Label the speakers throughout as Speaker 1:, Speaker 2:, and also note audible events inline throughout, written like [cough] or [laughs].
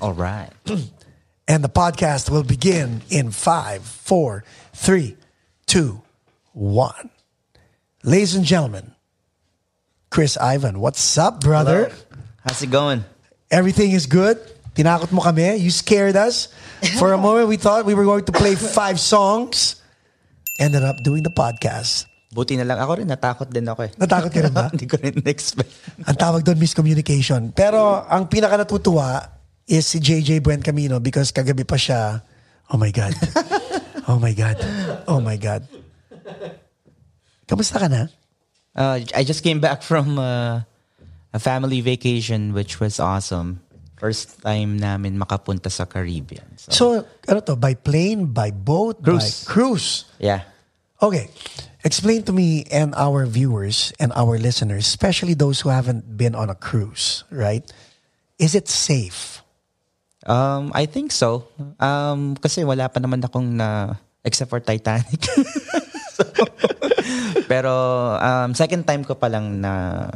Speaker 1: All right.
Speaker 2: And the podcast will begin in five, four, three, two, one. Ladies and gentlemen, Chris Ivan, what's up, brother?
Speaker 1: How's it going?
Speaker 2: Everything is good. Tinakot mo kami. You scared us. For a moment, we thought we were going to play five songs. Ended up doing the podcast.
Speaker 1: Buti na lang. Ako rin, natakot din ako eh.
Speaker 2: Natakot ka rin ba?
Speaker 1: [laughs] Hindi ko rin expect.
Speaker 2: Ang tawag doon, miscommunication. Pero ang pinaka natutuwa is si JJ Buen Camino because kagabi pa siya, oh my [laughs] God. oh my God. Oh my God. Kamusta ka na?
Speaker 1: Uh, I just came back from uh, a family vacation which was awesome. First time namin makapunta sa Caribbean. So,
Speaker 2: So, ano to? By plane? By boat?
Speaker 1: Cruise.
Speaker 2: By cruise?
Speaker 1: yeah.
Speaker 2: Okay. Explain to me and our viewers and our listeners, especially those who haven't been on a cruise, right? Is it safe?
Speaker 1: Um, I think so. Um, kasi wala pa naman akong na, except for Titanic. [laughs] So, pero um, second time ko pa lang na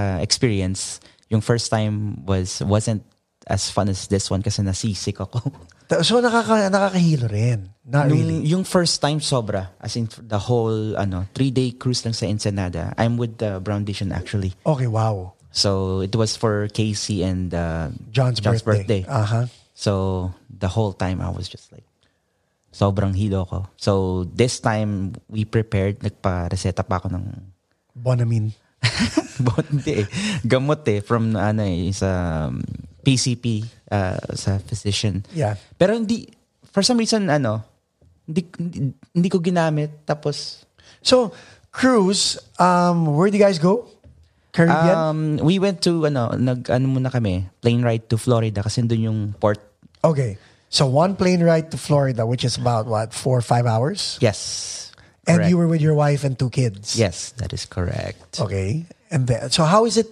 Speaker 1: naka-experience. Yung first time was wasn't as fun as this one kasi nasisik ako.
Speaker 2: Ta- So, nakaka, nakakahilo rin. Not really.
Speaker 1: Yung, yung first time sobra, as in the whole ano, three-day cruise lang sa Ensenada. I'm with the Brown Dishon actually.
Speaker 2: Okay, wow.
Speaker 1: So it was for Casey and uh,
Speaker 2: John's, birthday. Uh-huh.
Speaker 1: So the whole time I was just like, sobrang hilo ko. So this time we prepared, nagpa-reseta pa ako ng [laughs]
Speaker 2: Bonamin.
Speaker 1: bonte eh. Gamot eh, from ano eh, sa um, PCP, uh, sa physician.
Speaker 2: Yeah.
Speaker 1: Pero hindi, for some reason, ano, hindi, hindi, hindi ko ginamit. Tapos,
Speaker 2: So, cruise, um, where do you guys go? Caribbean?
Speaker 1: um, we went to, ano, nag, ano muna kami, plane ride to Florida kasi doon yung port.
Speaker 2: okay. So, one plane ride to Florida, which is about, what, four or five hours?
Speaker 1: Yes.
Speaker 2: And
Speaker 1: correct.
Speaker 2: you were with your wife and two kids.
Speaker 1: Yes, that is correct.
Speaker 2: Okay. And then, so how is it,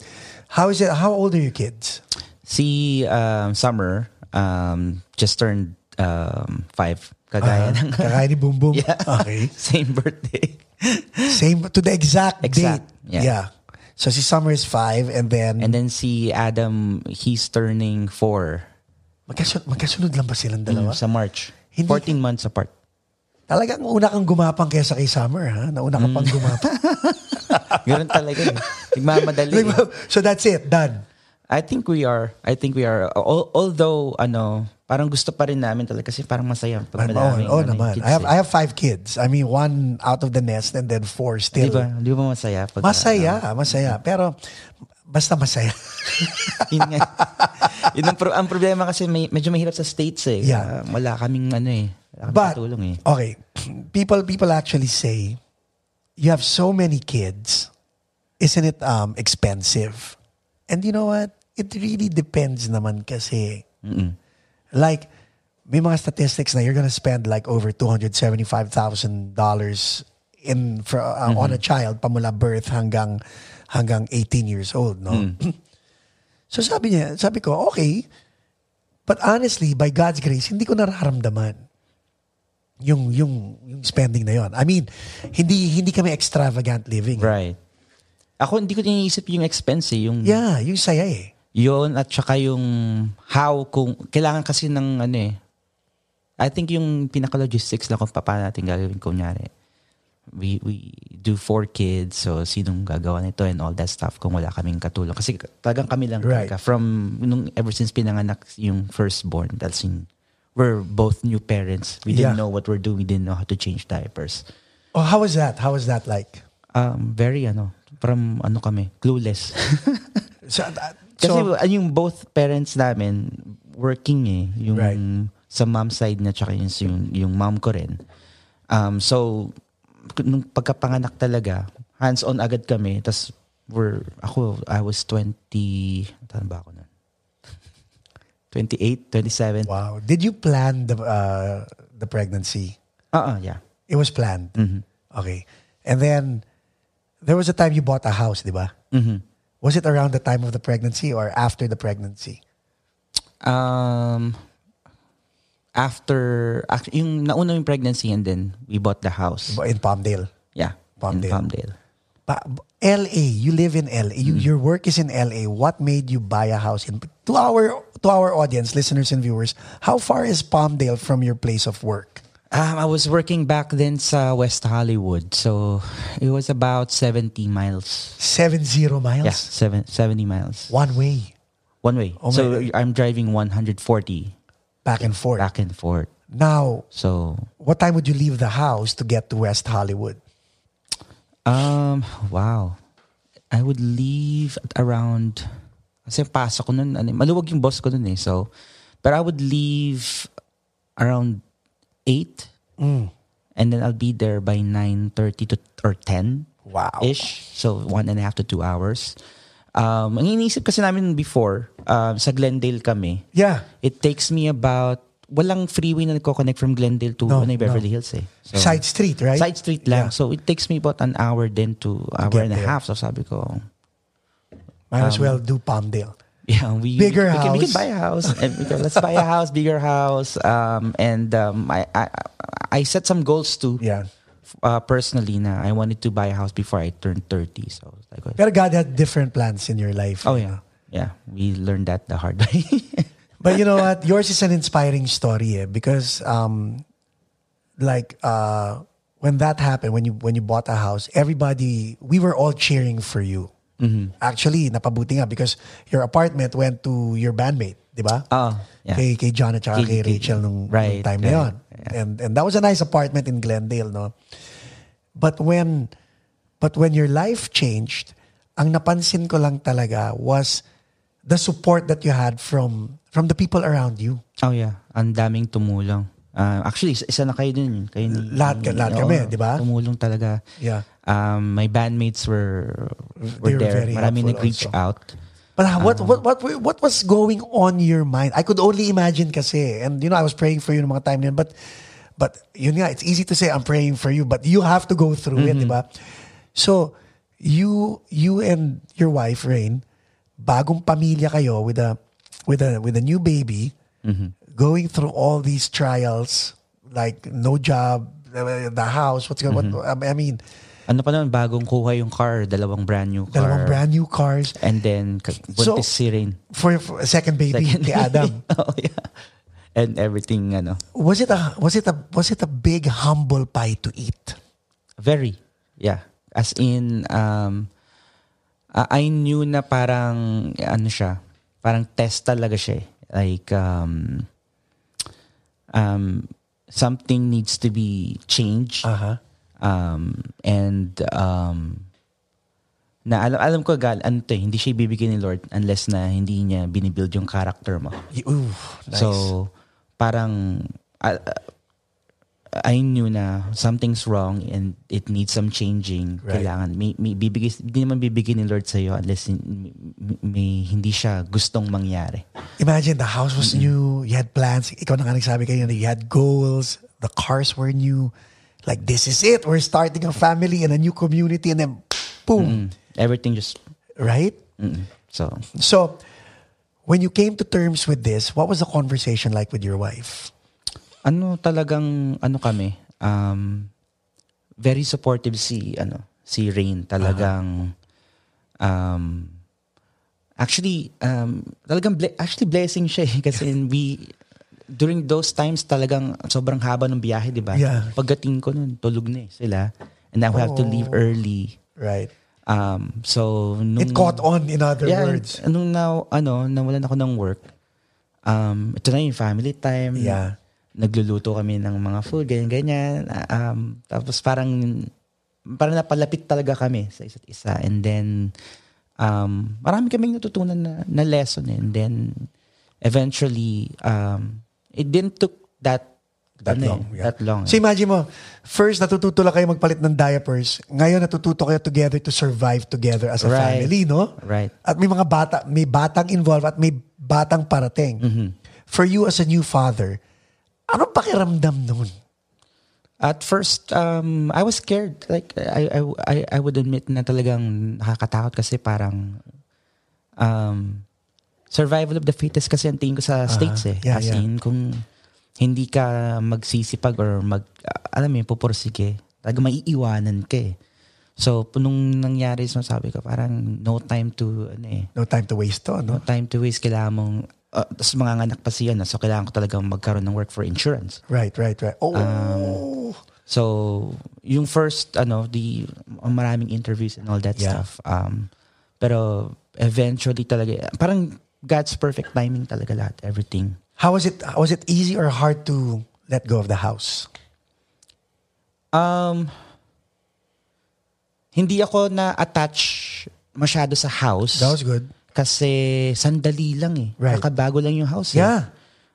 Speaker 2: how is it, how old are your kids?
Speaker 1: Si um, Summer um, just turned um, five. Kagaya
Speaker 2: Ah.
Speaker 1: ng [laughs]
Speaker 2: Kagaya ni Boom Boom.
Speaker 1: Yeah.
Speaker 2: Okay.
Speaker 1: same birthday.
Speaker 2: Same to the exact,
Speaker 1: Exact,
Speaker 2: date.
Speaker 1: yeah.
Speaker 2: So si Summer is five and then
Speaker 1: And then si Adam, he's turning four
Speaker 2: magkasunod, magkasunod lang ba silang dalawa?
Speaker 1: sa March.
Speaker 2: Hindi-
Speaker 1: 14 months apart.
Speaker 2: Talagang una kang gumapang kesa kay Summer, ha? Nauna ka
Speaker 1: Mm. [laughs]
Speaker 2: pang gumapang.
Speaker 1: Ganun talaga eh. Nagmamadali. eh.
Speaker 2: [laughs] so that's it. Done.
Speaker 1: I think we are. I think we are. Al- Although, ano, parang gusto pa rin namin talaga kasi parang masaya. Pag
Speaker 2: Man, oh,
Speaker 1: madaming,
Speaker 2: oh
Speaker 1: ano,
Speaker 2: naman.
Speaker 1: kids
Speaker 2: I have
Speaker 1: eh.
Speaker 2: I have five kids. I mean, one out of the nest and then four
Speaker 1: Di
Speaker 2: still.
Speaker 1: ba? Di ba masaya? Pag,
Speaker 2: Masaya, masaya. Pero basta masaya.
Speaker 1: [laughs] yun nga. Yun ang, pro- ang problema kasi may, medyo mahirap sa states eh.
Speaker 2: Yeah.
Speaker 1: Kaya wala kaming ano eh. Wala kaming
Speaker 2: But
Speaker 1: katulong eh.
Speaker 2: okay, people people actually say you have so many kids, isn't it um expensive? And you know what? It really depends naman kasi. Like may mga statistics na you're gonna spend like over $275,000 in for uh,
Speaker 1: Mm-hmm.
Speaker 2: on a child pamula birth hanggang hanggang 18 years old, no?
Speaker 1: Mm.
Speaker 2: so sabi niya, sabi ko, okay. But honestly, by God's grace, hindi ko nararamdaman yung yung yung spending na yon. I mean, hindi hindi kami extravagant living.
Speaker 1: Right. Ako hindi ko iniisip yung expense eh. Yung,
Speaker 2: Yeah, yung saya eh.
Speaker 1: Yun at saka yung how kung... Kailangan kasi ng ano eh. I think yung pinaka-logistics lang kung paano natin gagawin. Kunyari, we, we do four kids. So, sinong gagawa nito and all that stuff kung wala kaming katulong. Kasi talagang kami lang.
Speaker 2: Right.
Speaker 1: talaga. From nung ever since pinanganak yung firstborn. That's in... We're both new parents. We didn't
Speaker 2: Yeah.
Speaker 1: know what we're doing. We didn't know how to change diapers.
Speaker 2: Oh, how was that? How was that like?
Speaker 1: Um, very ano, from ano kami, clueless.
Speaker 2: So, uh,
Speaker 1: Kasi
Speaker 2: so
Speaker 1: uh, yung both parents namin working eh, yung
Speaker 2: Right.
Speaker 1: sa mom side na tsaka yung, yung, yung mom ko rin. Um, so, k- nung pagkapanganak talaga, hands-on agad kami. Tapos, we're, ako, I was 20, ano ba ako nun? [laughs] 28, 27. Oo,
Speaker 2: wow. Did you plan the uh, the pregnancy?
Speaker 1: Uh-uh, yeah.
Speaker 2: It was planned.
Speaker 1: Mm-hmm.
Speaker 2: Okay. And then there was a time you bought a house, di ba?
Speaker 1: Mm-hmm.
Speaker 2: Was it around the time of the pregnancy or after the pregnancy?
Speaker 1: Um, after, act- yung nauna yung pregnancy and then we bought the house.
Speaker 2: In Palmdale.
Speaker 1: Yeah, in
Speaker 2: Palmdale.
Speaker 1: Palmdale.
Speaker 2: Pa-
Speaker 1: Mm.
Speaker 2: LA, you live in LA. You, Your work is in LA. What made you buy a house in to our to to our audience, listeners and viewers, how far is Palmdale from your place of work?
Speaker 1: Um, I was working back then sa West Hollywood. So it was about 70 miles.
Speaker 2: Seven zero miles?
Speaker 1: Yeah, seven, 70 miles.
Speaker 2: One way,
Speaker 1: One way.
Speaker 2: Oh my-
Speaker 1: so I'm driving 140
Speaker 2: back and forth.
Speaker 1: back and forth.
Speaker 2: Now,
Speaker 1: So,
Speaker 2: what time would you leave the house to get to West Hollywood?
Speaker 1: um, wow. I would leave at around, kasi pasok ko nun, ano, maluwag yung boss ko nun eh. So, but I would leave around 8 and then I'll be there by 9.30 to, or 10.
Speaker 2: Wow.
Speaker 1: ish. So, one and a half to two hours. Um, ang iniisip kasi namin before, um, sa Glendale kami,
Speaker 2: Yeah.
Speaker 1: it takes me about, walang freeway na nagko-connect from Glendale to
Speaker 2: No,
Speaker 1: ano, Beverly
Speaker 2: no.
Speaker 1: Hills eh. So,
Speaker 2: Side street, right?
Speaker 1: side street lang.
Speaker 2: Yeah.
Speaker 1: So, it takes me about an hour then to hour
Speaker 2: get
Speaker 1: and a
Speaker 2: there.
Speaker 1: half. So, sabi ko,
Speaker 2: Might
Speaker 1: Um,
Speaker 2: as well do Palmdale.
Speaker 1: yeah, we,
Speaker 2: Bigger
Speaker 1: we, can, we
Speaker 2: house.
Speaker 1: can buy a house. And we can, let's buy a house, bigger house. Um, and um, I, I, I set some goals too.
Speaker 2: Yeah.
Speaker 1: Uh, personally na I wanted to buy a house before I turned 30. So, I was like,
Speaker 2: Pero God had different plans in your life.
Speaker 1: Oh yeah. Yeah, we learned that the hard way. [laughs]
Speaker 2: But you know what? Yours is an inspiring story eh, because um, like uh, when that happened, when you when you bought a house, everybody we were all cheering for you.
Speaker 1: Mm-hmm.
Speaker 2: Actually, napabuti nga because your apartment went to your bandmate, di ba?
Speaker 1: Ah, yeah.
Speaker 2: Kay, kay John at saka kay
Speaker 1: Kay- kay-
Speaker 2: Rachel nung,
Speaker 1: Right,
Speaker 2: nung time na
Speaker 1: right.
Speaker 2: yun. And, and that was a nice apartment in Glendale, no? But when but when your life changed, ang napansin ko lang talaga was the support that you had from from the people around you.
Speaker 1: oh yeah, ang daming tumulong. Ah, actually, isa- isa na kayo dun. Kayo ni,
Speaker 2: Lahat ka- lahat
Speaker 1: Oo,
Speaker 2: kami, di ba?
Speaker 1: Tumulong talaga.
Speaker 2: Yeah.
Speaker 1: Um, my bandmates were were
Speaker 2: They were
Speaker 1: there.
Speaker 2: very
Speaker 1: Maraming
Speaker 2: helpful
Speaker 1: nag-reach
Speaker 2: also.
Speaker 1: out.
Speaker 2: But ha-
Speaker 1: Ah.
Speaker 2: what, what what what was going on your mind? I could only imagine kasi. And you know, I was praying for you ng mga time na yun. But but yun nga, it's easy to say I'm praying for you, but you have to go through it, di
Speaker 1: Mm-hmm.
Speaker 2: ba? So you you and your wife Rain, bagong pamilya kayo with a with a with a new baby,
Speaker 1: Mm-hmm.
Speaker 2: going through all these trials like no job, uh, the house, what's going
Speaker 1: Mm-hmm.
Speaker 2: what, I mean,
Speaker 1: Ano pa naman, bagong kuha yung car, dalawang brand new car.
Speaker 2: dalawang brand new cars
Speaker 1: And then, k-
Speaker 2: So-
Speaker 1: buntis si
Speaker 2: [laughs]
Speaker 1: Rain.
Speaker 2: for, for a second baby,
Speaker 1: Second
Speaker 2: kay Adam.
Speaker 1: [laughs] oh yeah. And everything, ano.
Speaker 2: was it a was it a was it a big humble pie to eat?
Speaker 1: Very. Yeah. As in, um, uh, I knew na parang, ano siya, parang test talaga siya eh. Like, um, um, something needs to be changed.
Speaker 2: Uh-huh.
Speaker 1: Um, and, um, na alam, alam ko, Gal, ano to eh, hindi siya ibibigay ni Lord unless na hindi niya binibuild yung character mo.
Speaker 2: Ooh, nice.
Speaker 1: So, parang I, I knew na something's wrong and it needs some changing.
Speaker 2: Right.
Speaker 1: Kailangan. May, may bibigay, hindi naman bibigyan ni Lord sa'yo unless hin- may, may hindi siya gustong mangyari.
Speaker 2: imagine the house was new, you had plans, ikaw na nga nagsabi kanina, you had goals, the cars were new. Like this is it. We're starting a family in a new community and then
Speaker 1: Mm.
Speaker 2: boom,
Speaker 1: Everything just,
Speaker 2: right?
Speaker 1: mm, so.
Speaker 2: So when you came to terms with this, what was the conversation like with your wife?
Speaker 1: Ano talagang, ano kami, um, very supportive si, ano, si Rain. Talagang, um, actually um talagang ble- actually blessing siya eh.
Speaker 2: [laughs]
Speaker 1: kasi we during those times talagang sobrang haba ng biyahe di ba
Speaker 2: Yeah.
Speaker 1: pagdating ko nun tulog na eh sila and I will have to leave
Speaker 2: Oh.
Speaker 1: early
Speaker 2: Right.
Speaker 1: um so nung
Speaker 2: It caught on in other
Speaker 1: yeah,
Speaker 2: words.
Speaker 1: nung na, ano nawalan ako ng work um ito na yung family time
Speaker 2: Yeah.
Speaker 1: nagluluto kami ng mga food ganyan ganyan um tapos parang parang napalapit talaga kami sa isa't isa and then um marami kaming natutunan na, na lesson eh. and then eventually um it didn't took that
Speaker 2: That
Speaker 1: ano eh,
Speaker 2: long, yeah.
Speaker 1: that long
Speaker 2: So
Speaker 1: eh.
Speaker 2: imagine mo, first natututo lang kayo magpalit ng diapers. Ngayon natututo kayo together to survive together as a
Speaker 1: Right.
Speaker 2: family, no?
Speaker 1: right
Speaker 2: At may mga bata, may batang involved at may batang parating.
Speaker 1: Mm-hmm.
Speaker 2: For you as a new father, anong pakiramdam nun?
Speaker 1: At first, um, I was scared. Like, I, I, I, I would admit na talagang nakakatakot kasi parang um, survival of the fittest kasi ang tingin ko sa states eh.
Speaker 2: Ah, Yeah,
Speaker 1: As
Speaker 2: yeah.
Speaker 1: in, kung hindi ka magsisipag or mag, a- alam mo yun, pupursige, talaga maiiwanan ka eh. So, pu- nung nangyari, so sabi ko, parang no time to, ano eh,
Speaker 2: No time to waste to,
Speaker 1: no
Speaker 2: no?
Speaker 1: time to waste. Kailangan mong uh, tapos manganganak pa siya na so kailangan ko talagang magkaroon ng work for insurance.
Speaker 2: Right, right, right. Oh,
Speaker 1: Um, So, yung first, ano, the ang maraming interviews and all that
Speaker 2: Yeah.
Speaker 1: stuff. Um, pero eventually talaga, parang God's perfect timing talaga lahat, everything.
Speaker 2: how was it? Was it easy or hard to let go of the house?
Speaker 1: Um, hindi ako na-attach masyado sa house.
Speaker 2: That was good.
Speaker 1: Kasi sandali lang eh.
Speaker 2: Right.
Speaker 1: Nakabago lang yung house eh.
Speaker 2: Yeah.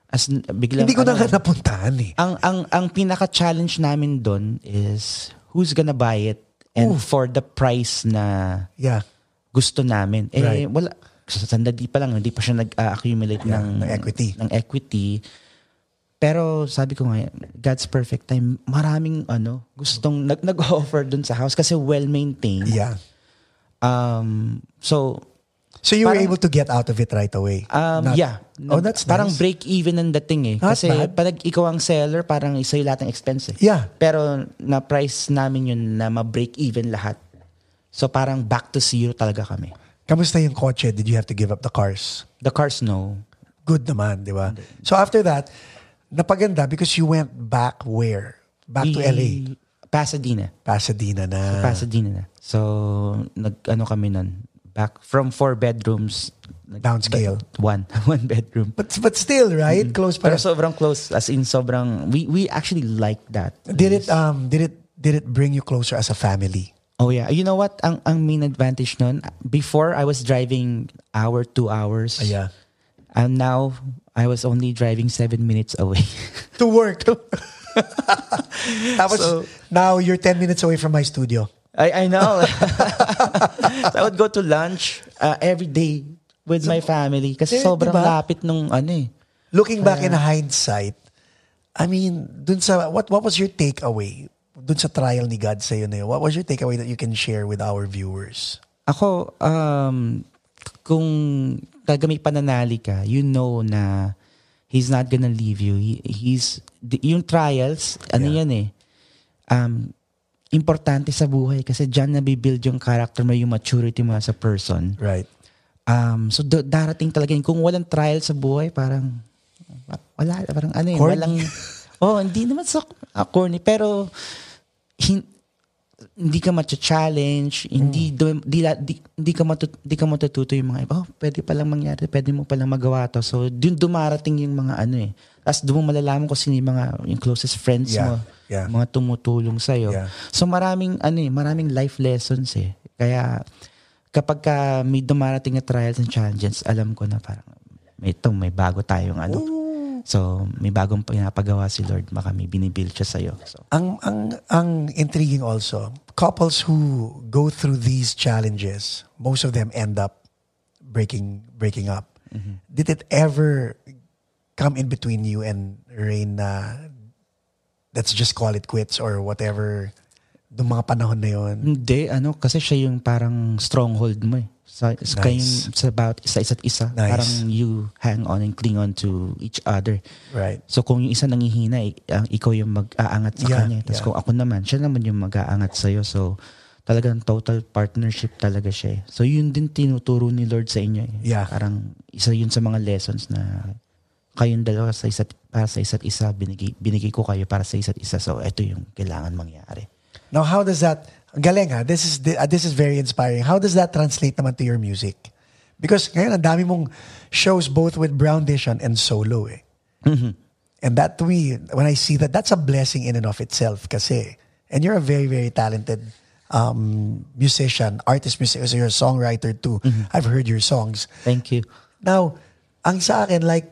Speaker 1: As, in, biglang,
Speaker 2: Hindi ko na
Speaker 1: ano,
Speaker 2: nga napuntahan eh.
Speaker 1: ang ang ang pinaka-challenge namin doon is who's gonna buy it and for the price na
Speaker 2: Yeah.
Speaker 1: gusto namin. Eh
Speaker 2: Right.
Speaker 1: wala sa sandali pa lang hindi pa siya nag-accumulate
Speaker 2: Yeah,
Speaker 1: ng,
Speaker 2: ng equity.
Speaker 1: Ng equity. Pero sabi ko nga, God's perfect time. Maraming ano, gustong nag- nag-offer doon sa house kasi well-maintained.
Speaker 2: Yeah.
Speaker 1: Um so
Speaker 2: So you were
Speaker 1: Parang-
Speaker 2: able to get out of it right away?
Speaker 1: Um,
Speaker 2: Not-
Speaker 1: yeah.
Speaker 2: Oh, that's
Speaker 1: Parang
Speaker 2: nice.
Speaker 1: break even ang dating eh.
Speaker 2: Not
Speaker 1: Kasi
Speaker 2: bad.
Speaker 1: pag ikaw ang seller, parang isa yung lahat ng expense eh.
Speaker 2: Yeah.
Speaker 1: Pero na-price namin yun na ma-break even lahat. So parang back to zero talaga kami.
Speaker 2: Kamusta yung kotse? Did you have to give up the cars?
Speaker 1: The cars, no.
Speaker 2: Good naman, di ba? So after that, napaganda because you went back where? Back to
Speaker 1: We-
Speaker 2: LA.
Speaker 1: Pasadena.
Speaker 2: Pasadena na.
Speaker 1: Pasadena na. So, nag-ano kami nun. Back from four bedrooms. nag-
Speaker 2: Downscale.
Speaker 1: One. [laughs] One bedroom.
Speaker 2: But, but still, right? Close
Speaker 1: Mm-hmm.
Speaker 2: pa
Speaker 1: Pero
Speaker 2: rin.
Speaker 1: sobrang close. As in, sobrang... We, we actually like that.
Speaker 2: Did it, um, did it, did it bring you closer as a family?
Speaker 1: Oh yeah. You know what? Ang ang main advantage nun, before I was driving hour, two hours.
Speaker 2: Yeah.
Speaker 1: And now I was only driving seven minutes away. [laughs]
Speaker 2: To work. Tapos,
Speaker 1: So-
Speaker 2: now you're 10 minutes away from my studio.
Speaker 1: I I know. [laughs] so I would go to lunch uh, every day with my family kasi
Speaker 2: Eh,
Speaker 1: sobrang
Speaker 2: diba?
Speaker 1: lapit nung ano eh.
Speaker 2: Looking back in hindsight, I mean, dun sa, what, what was your takeaway? Dun sa trial ni God sa'yo na yun, what was your takeaway that you can share with our viewers?
Speaker 1: Ako um kung talaga may pananali ka, you know na he's not gonna leave you. He- he's the- yung trials, ano
Speaker 2: Yeah.
Speaker 1: yan eh. Um importante sa buhay kasi diyan nabibuild yung character mo, yung maturity mo as a person.
Speaker 2: Right.
Speaker 1: Um, so do- darating talaga yun. Kung walang trial sa buhay, parang wala, parang ano yun,
Speaker 2: Corny.
Speaker 1: walang Oh, hindi naman sa ah, corny pero hin- hindi ka ma-challenge,
Speaker 2: Hmm.
Speaker 1: hindi do- di, la- di, hindi ka matut, hindi ka matututo yung mga iba. Oh, pwede pa lang mangyari, pwede mo pa lang magawa to. So, dun dumarating yung mga ano eh. Tapos doon mo malalaman kung sino yung mga yung closest friends
Speaker 2: Yeah,
Speaker 1: mo,
Speaker 2: yeah.
Speaker 1: mga tumutulong sa
Speaker 2: Yeah.
Speaker 1: So maraming ano eh, maraming life lessons eh. Kaya kapag ka may dumarating na trials and challenges, alam ko na parang may ito, may bago tayong ano. So, may bagong pinapagawa si Lord. Baka may binibuild siya sa'yo. So,
Speaker 2: Ang, ang, ang intriguing also, couples who go through these challenges, most of them end up breaking, breaking up. Did it ever come in between you and Rain na let's just call it quits or whatever nung mga panahon na yun?
Speaker 1: hindi, ano, kasi siya yung parang stronghold mo eh. Sa, sa,
Speaker 2: Nice.
Speaker 1: kayong, sa, about, sa isa't isa.
Speaker 2: Nice.
Speaker 1: Parang you hang on and cling on to each other.
Speaker 2: Right.
Speaker 1: So kung yung isa nangihina, ik- ah, ikaw yung mag-aangat sa
Speaker 2: Yeah,
Speaker 1: kanya. Tapos
Speaker 2: yeah.
Speaker 1: kung ako naman, siya naman yung mag-aangat sa'yo. So talagang total partnership talaga siya. eh. So yun din tinuturo ni Lord sa inyo. eh.
Speaker 2: Yeah.
Speaker 1: Parang isa yun sa mga lessons na kayong dalawa sa isa't, para sa isa't isa, binigay, binigay ko kayo para sa isa't isa. So ito yung kailangan mangyari.
Speaker 2: Now, how does that, ang galing ha, this is, uh, this is very inspiring. How does that translate naman to your music? Because ngayon, ang dami mong shows both with Brown Dishon and solo eh. And that to me, when I see that, that's a blessing in and of itself kasi. And you're a very, very talented um, musician, artist, musician. So you're a songwriter too. I've heard your songs.
Speaker 1: Thank you.
Speaker 2: Now, ang sa akin, like,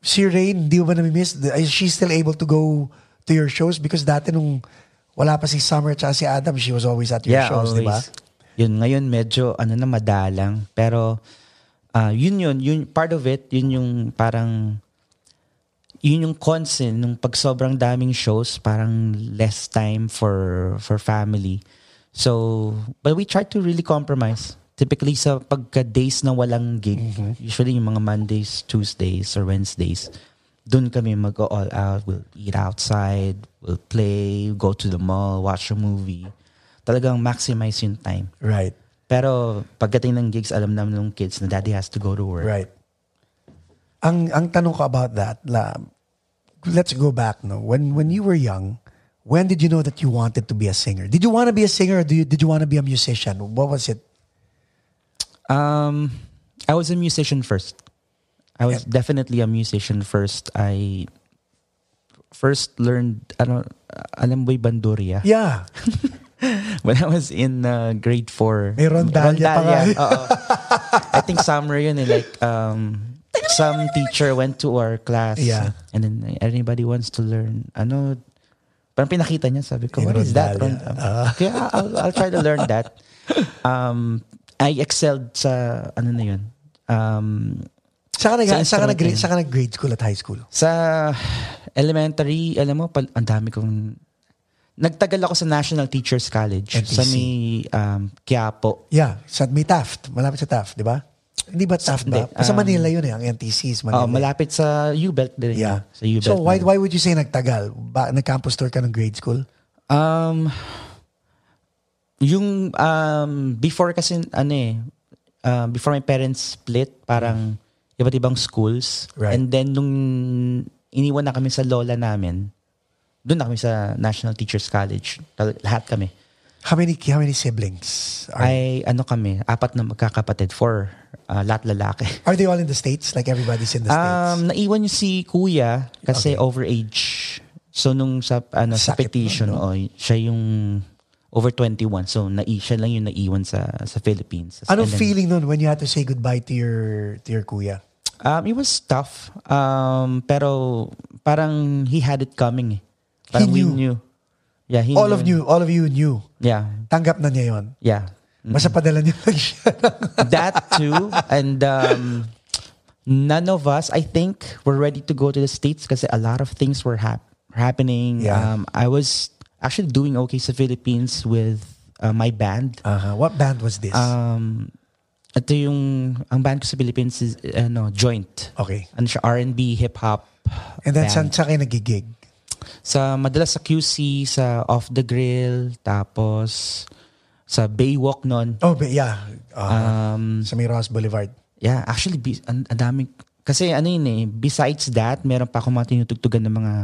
Speaker 2: si Rain, di mo ba nami-miss? Is she still able to go to your shows? Because dati nung wala pa si Summer tsaka si Adam, she was always at your shows, di ba?
Speaker 1: diba? Yun, ngayon medyo ano na madalang. Pero ah, yun yun, yun part of it, yun yung parang yun yung concern nung pag sobrang daming shows, parang less time for for family. So, but we try to really compromise. Typically sa pagka days na walang gig, usually yung mga Mondays, Tuesdays or Wednesdays, doon kami mag all out, we'll eat outside, we'll play, go to the mall, watch a movie. Talagang maximize yung time.
Speaker 2: Right,
Speaker 1: Pero pagdating ng gigs, alam naman ng kids na daddy has to go to work.
Speaker 2: right. Ang ang tanong ko about that, la, let's go back no. When when you were young, when did you know that you wanted to be a singer? Did you want to be a singer or do you, did you want to be a musician? What was it?
Speaker 1: Um, I was a musician first. I was definitely a musician first. I first learned ano alam mo yung bandoria
Speaker 2: Yeah.
Speaker 1: [laughs] when I was in uh, grade 4.
Speaker 2: May rondalya pa nga.
Speaker 1: Oo. I think summer yun eh. Like, um, some teacher went to our class.
Speaker 2: Yeah.
Speaker 1: And then, anybody wants to learn, ano, parang pinakita niya, sabi ko,
Speaker 2: ano
Speaker 1: what is that?
Speaker 2: Rondalya.
Speaker 1: Rond- Kaya I'll, I'll try to learn that. Um, I excelled sa, ano na yun, um,
Speaker 2: Saan ka nag-
Speaker 1: Sa
Speaker 2: saan ka nag-
Speaker 1: instrument
Speaker 2: saan ka nag-grade school at high school?
Speaker 1: Sa elementary, alam mo, pal- ang dami kong... Nagtagal ako sa National Teachers College.
Speaker 2: NTC.
Speaker 1: Sa may um, Quiapo.
Speaker 2: Yeah, sa may Taft, malapit sa Taft, di ba? Hindi ba Taft ba?
Speaker 1: hindi,
Speaker 2: sa
Speaker 1: um,
Speaker 2: Manila yun eh, ang NTC is Manila.
Speaker 1: Oh, malapit sa U-Belt din.
Speaker 2: Yeah.
Speaker 1: Sa U-Belt.
Speaker 2: So why
Speaker 1: na-
Speaker 2: why would you say nagtagal? Ba, nag-campus tour ka ng grade school?
Speaker 1: Um, yung um, before kasi, ano eh, um, before my parents split, parang iba't ibang schools.
Speaker 2: Right.
Speaker 1: And then nung iniwan na kami sa lola namin, doon na kami sa National Teachers College. Tal- Lahat kami.
Speaker 2: How many how many siblings? Are,
Speaker 1: ay ano kami, apat na magkakapatid, four, ah, lahat lalaki. [laughs]
Speaker 2: are they all in the states? Like everybody's in the states.
Speaker 1: Um, naiwan yung si kuya kasi
Speaker 2: Okay.
Speaker 1: overage. So nung sa ano sa
Speaker 2: Sakit nun,
Speaker 1: petition
Speaker 2: no?
Speaker 1: oh, siya yung over 21. So na siya lang yung naiwan sa sa Philippines.
Speaker 2: Anong
Speaker 1: And then,
Speaker 2: feeling nun when you had to say goodbye to your to your kuya?
Speaker 1: Um, it was tough. Um, pero parang he had it coming. eh. Parang
Speaker 2: He
Speaker 1: we
Speaker 2: knew.
Speaker 1: knew. Yeah, he
Speaker 2: All
Speaker 1: knew.
Speaker 2: of you, all of you knew.
Speaker 1: Yeah.
Speaker 2: Tanggap na niya yon.
Speaker 1: Yeah.
Speaker 2: Basta padala niya lang
Speaker 1: [laughs]
Speaker 2: siya.
Speaker 1: that too and um none of us i think were ready to go to the states because a lot of things were hap- happening
Speaker 2: Yeah.
Speaker 1: um i was actually doing okay sa philippines with uh, my band
Speaker 2: Uh-huh. What band was this?
Speaker 1: um ito yung ang band ko sa Philippines is ano joint
Speaker 2: okay.
Speaker 1: ano siya R&B hip hop
Speaker 2: And then saan
Speaker 1: band.
Speaker 2: saan kayo nagigig?
Speaker 1: sa madalas sa QC sa Off the Grill tapos sa Baywalk noon
Speaker 2: Oh, but yeah. Uh,
Speaker 1: um
Speaker 2: sa may Ross Boulevard.
Speaker 1: Yeah, actually, bis- ang ang daming, kasi ano yun eh, besides that, meron pa akong mga tinutugtugan ng mga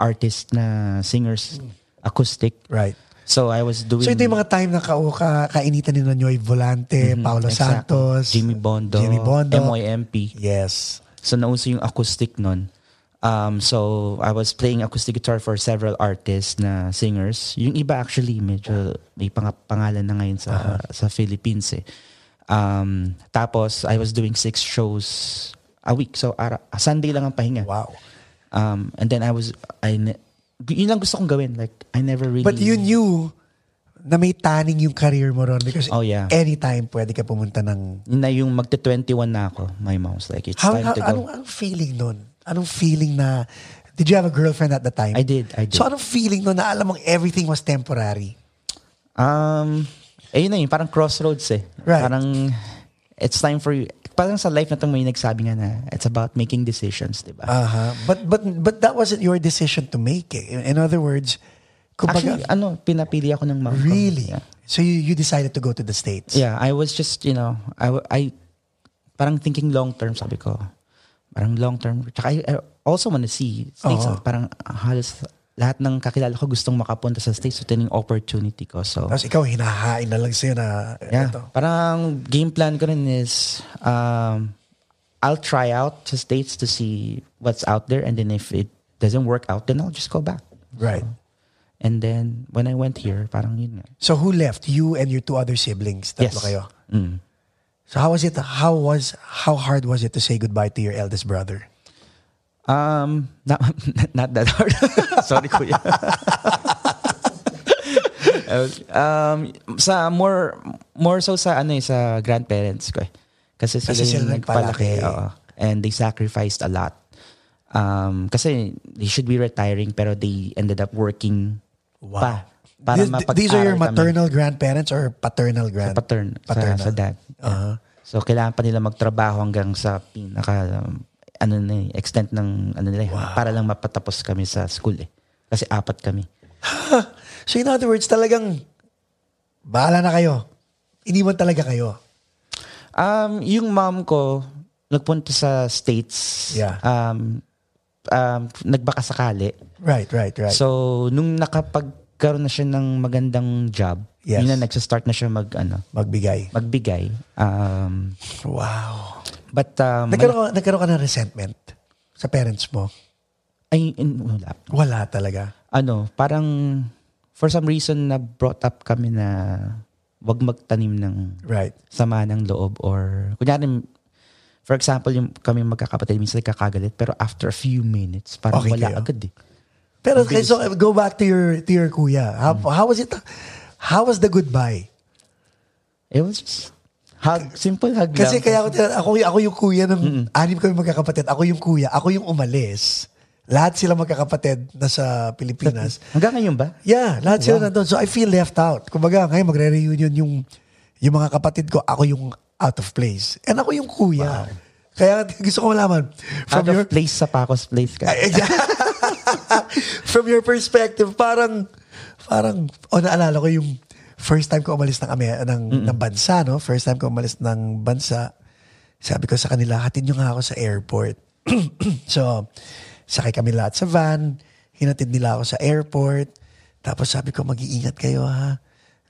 Speaker 1: artist na singers, acoustic.
Speaker 2: Right.
Speaker 1: So I was doing...
Speaker 2: So ito yung mga time na ka, ka, kainitan ni Nonoy Volante, Paolo
Speaker 1: Exacto. Mm-hmm.
Speaker 2: Santos.
Speaker 1: Mm, Jimmy Bondo,
Speaker 2: Jimmy Bondo.
Speaker 1: MOMP.
Speaker 2: Yes.
Speaker 1: So nauso yung acoustic nun. Um, so I was playing acoustic guitar for several artists na singers. Yung iba actually medyo may pang- pangalan na ngayon sa sa Philippines eh. Um, tapos I was doing six shows a week. So ara- Sunday lang ang pahinga.
Speaker 2: Wow.
Speaker 1: Um, and then I was, I, ne- yun lang gusto kong gawin. Like, I never really.
Speaker 2: But you knew na may taning yung career mo ron because
Speaker 1: Oh, yeah.
Speaker 2: anytime pwede ka pumunta ng...
Speaker 1: Yun na yung magte-21 na ako. My mom's like, it's
Speaker 2: How,
Speaker 1: time
Speaker 2: how,
Speaker 1: to go.
Speaker 2: anong, anong feeling nun? Anong feeling na... Did you have a girlfriend at the time?
Speaker 1: I did, I did.
Speaker 2: So anong feeling nun na alam mong everything was temporary?
Speaker 1: um, eh, yun na yun. Parang crossroads eh.
Speaker 2: Right.
Speaker 1: Parang, it's time for you. Parang sa life na itong may nagsabi nga na, it's about making decisions, di ba?
Speaker 2: Uh-huh. But, but, but that wasn't your decision to make. eh. In, in other words,
Speaker 1: Actually,
Speaker 2: kumbaga,
Speaker 1: ano, pinapili ako ng mom ko.
Speaker 2: really?
Speaker 1: Yeah.
Speaker 2: So you, you decided to go to the States?
Speaker 1: Yeah, I was just, you know, I, w- I- parang thinking long term, sabi ko. Parang long term. Tsaka I, I also wanna see States.
Speaker 2: Oo.
Speaker 1: Parang halos lahat ng kakilala ko gustong makapunta sa States. So, ito yung opportunity ko. So,
Speaker 2: Tapos ikaw, hinahain na lang sa'yo na
Speaker 1: yeah.
Speaker 2: ito.
Speaker 1: Parang game plan ko rin is, um, I'll try out to States to see what's out there. And then if it doesn't work out, then I'll just go back.
Speaker 2: Right.
Speaker 1: And then when I went here, parang yun nga.
Speaker 2: So who left? You and your two other siblings. Tatlo
Speaker 1: Yes.
Speaker 2: kayo.
Speaker 1: Mm.
Speaker 2: So how was it? How was how hard was it to say goodbye to your eldest brother?
Speaker 1: Um, not, [laughs] not that hard. [laughs] Sorry, kuya. um, sa more more so sa ano eh, sa grandparents ko eh. Kasi sila,
Speaker 2: Kasi sila
Speaker 1: yung
Speaker 2: nagpalaki.
Speaker 1: nagpalaki. oo. and they sacrificed a lot. Um, kasi they should be retiring pero they ended up working
Speaker 2: Wow.
Speaker 1: pa. Para
Speaker 2: These- these are
Speaker 1: mapag-aral
Speaker 2: your
Speaker 1: kami.
Speaker 2: maternal grandparents or paternal grand?
Speaker 1: Patern,
Speaker 2: Paternal.
Speaker 1: Sa, sa dad.
Speaker 2: Uh-huh.
Speaker 1: So, kailangan pa nila magtrabaho hanggang sa pinaka, um, ano na eh, extent ng, ano nila, eh, para lang mapatapos kami sa school eh. Kasi apat kami.
Speaker 2: So in other words, talagang bahala na kayo. Iniwan talaga kayo.
Speaker 1: Um, yung mom ko, nagpunta sa States,
Speaker 2: Yeah.
Speaker 1: um, um, nagbaka sakali.
Speaker 2: Right, right, right.
Speaker 1: So, nung nakapagkaroon na siya ng magandang job,
Speaker 2: Yes.
Speaker 1: yun na nagsastart na siya mag, ano,
Speaker 2: Magbigay.
Speaker 1: magbigay. Um,
Speaker 2: Wow.
Speaker 1: but, um,
Speaker 2: Nagkaroon, ka- nagkaroon ka ng resentment sa parents mo?
Speaker 1: ay, in- wala.
Speaker 2: Wala talaga.
Speaker 1: Ano, parang, for some reason, na brought up kami na wag magtanim ng
Speaker 2: Right.
Speaker 1: sama ng loob or kunyari for example yung kami magkakapatid minsan nagkakagalit pero after a few minutes parang
Speaker 2: Okay
Speaker 1: wala
Speaker 2: kayo.
Speaker 1: agad eh.
Speaker 2: Pero okay, so go back to your to your kuya. How,
Speaker 1: Mm.
Speaker 2: how was it? How was the goodbye?
Speaker 1: It was just hug, simple hug
Speaker 2: Kasi
Speaker 1: lang.
Speaker 2: kaya ako, tin- ako, ako yung kuya ng anim kami magkakapatid. Ako yung kuya. Ako yung umalis. Lahat sila magkakapatid na sa
Speaker 1: [laughs]
Speaker 2: Pilipinas.
Speaker 1: Hanggang ngayon ba?
Speaker 2: Yeah, lahat sila nandun. So I feel left out. Kumbaga, ngayon magre-reunion yung, yung mga kapatid ko. Ako yung out of place. And ako yung kuya. Kaya [laughs] gusto ko malaman. From
Speaker 1: Out
Speaker 2: your,
Speaker 1: of place sa Pacos place ka.
Speaker 2: Ay, eh. yeah. [laughs] From your perspective, parang, parang, o naalala ko yung first time ko umalis ng, Amer- ng, ng bansa, no? First time ko umalis ng bansa, sabi ko sa kanila, hatid nyo nga ako sa airport. [clears throat] so, sakay kami lahat sa van, hinatid nila ako sa airport, tapos sabi ko, mag-iingat kayo ha.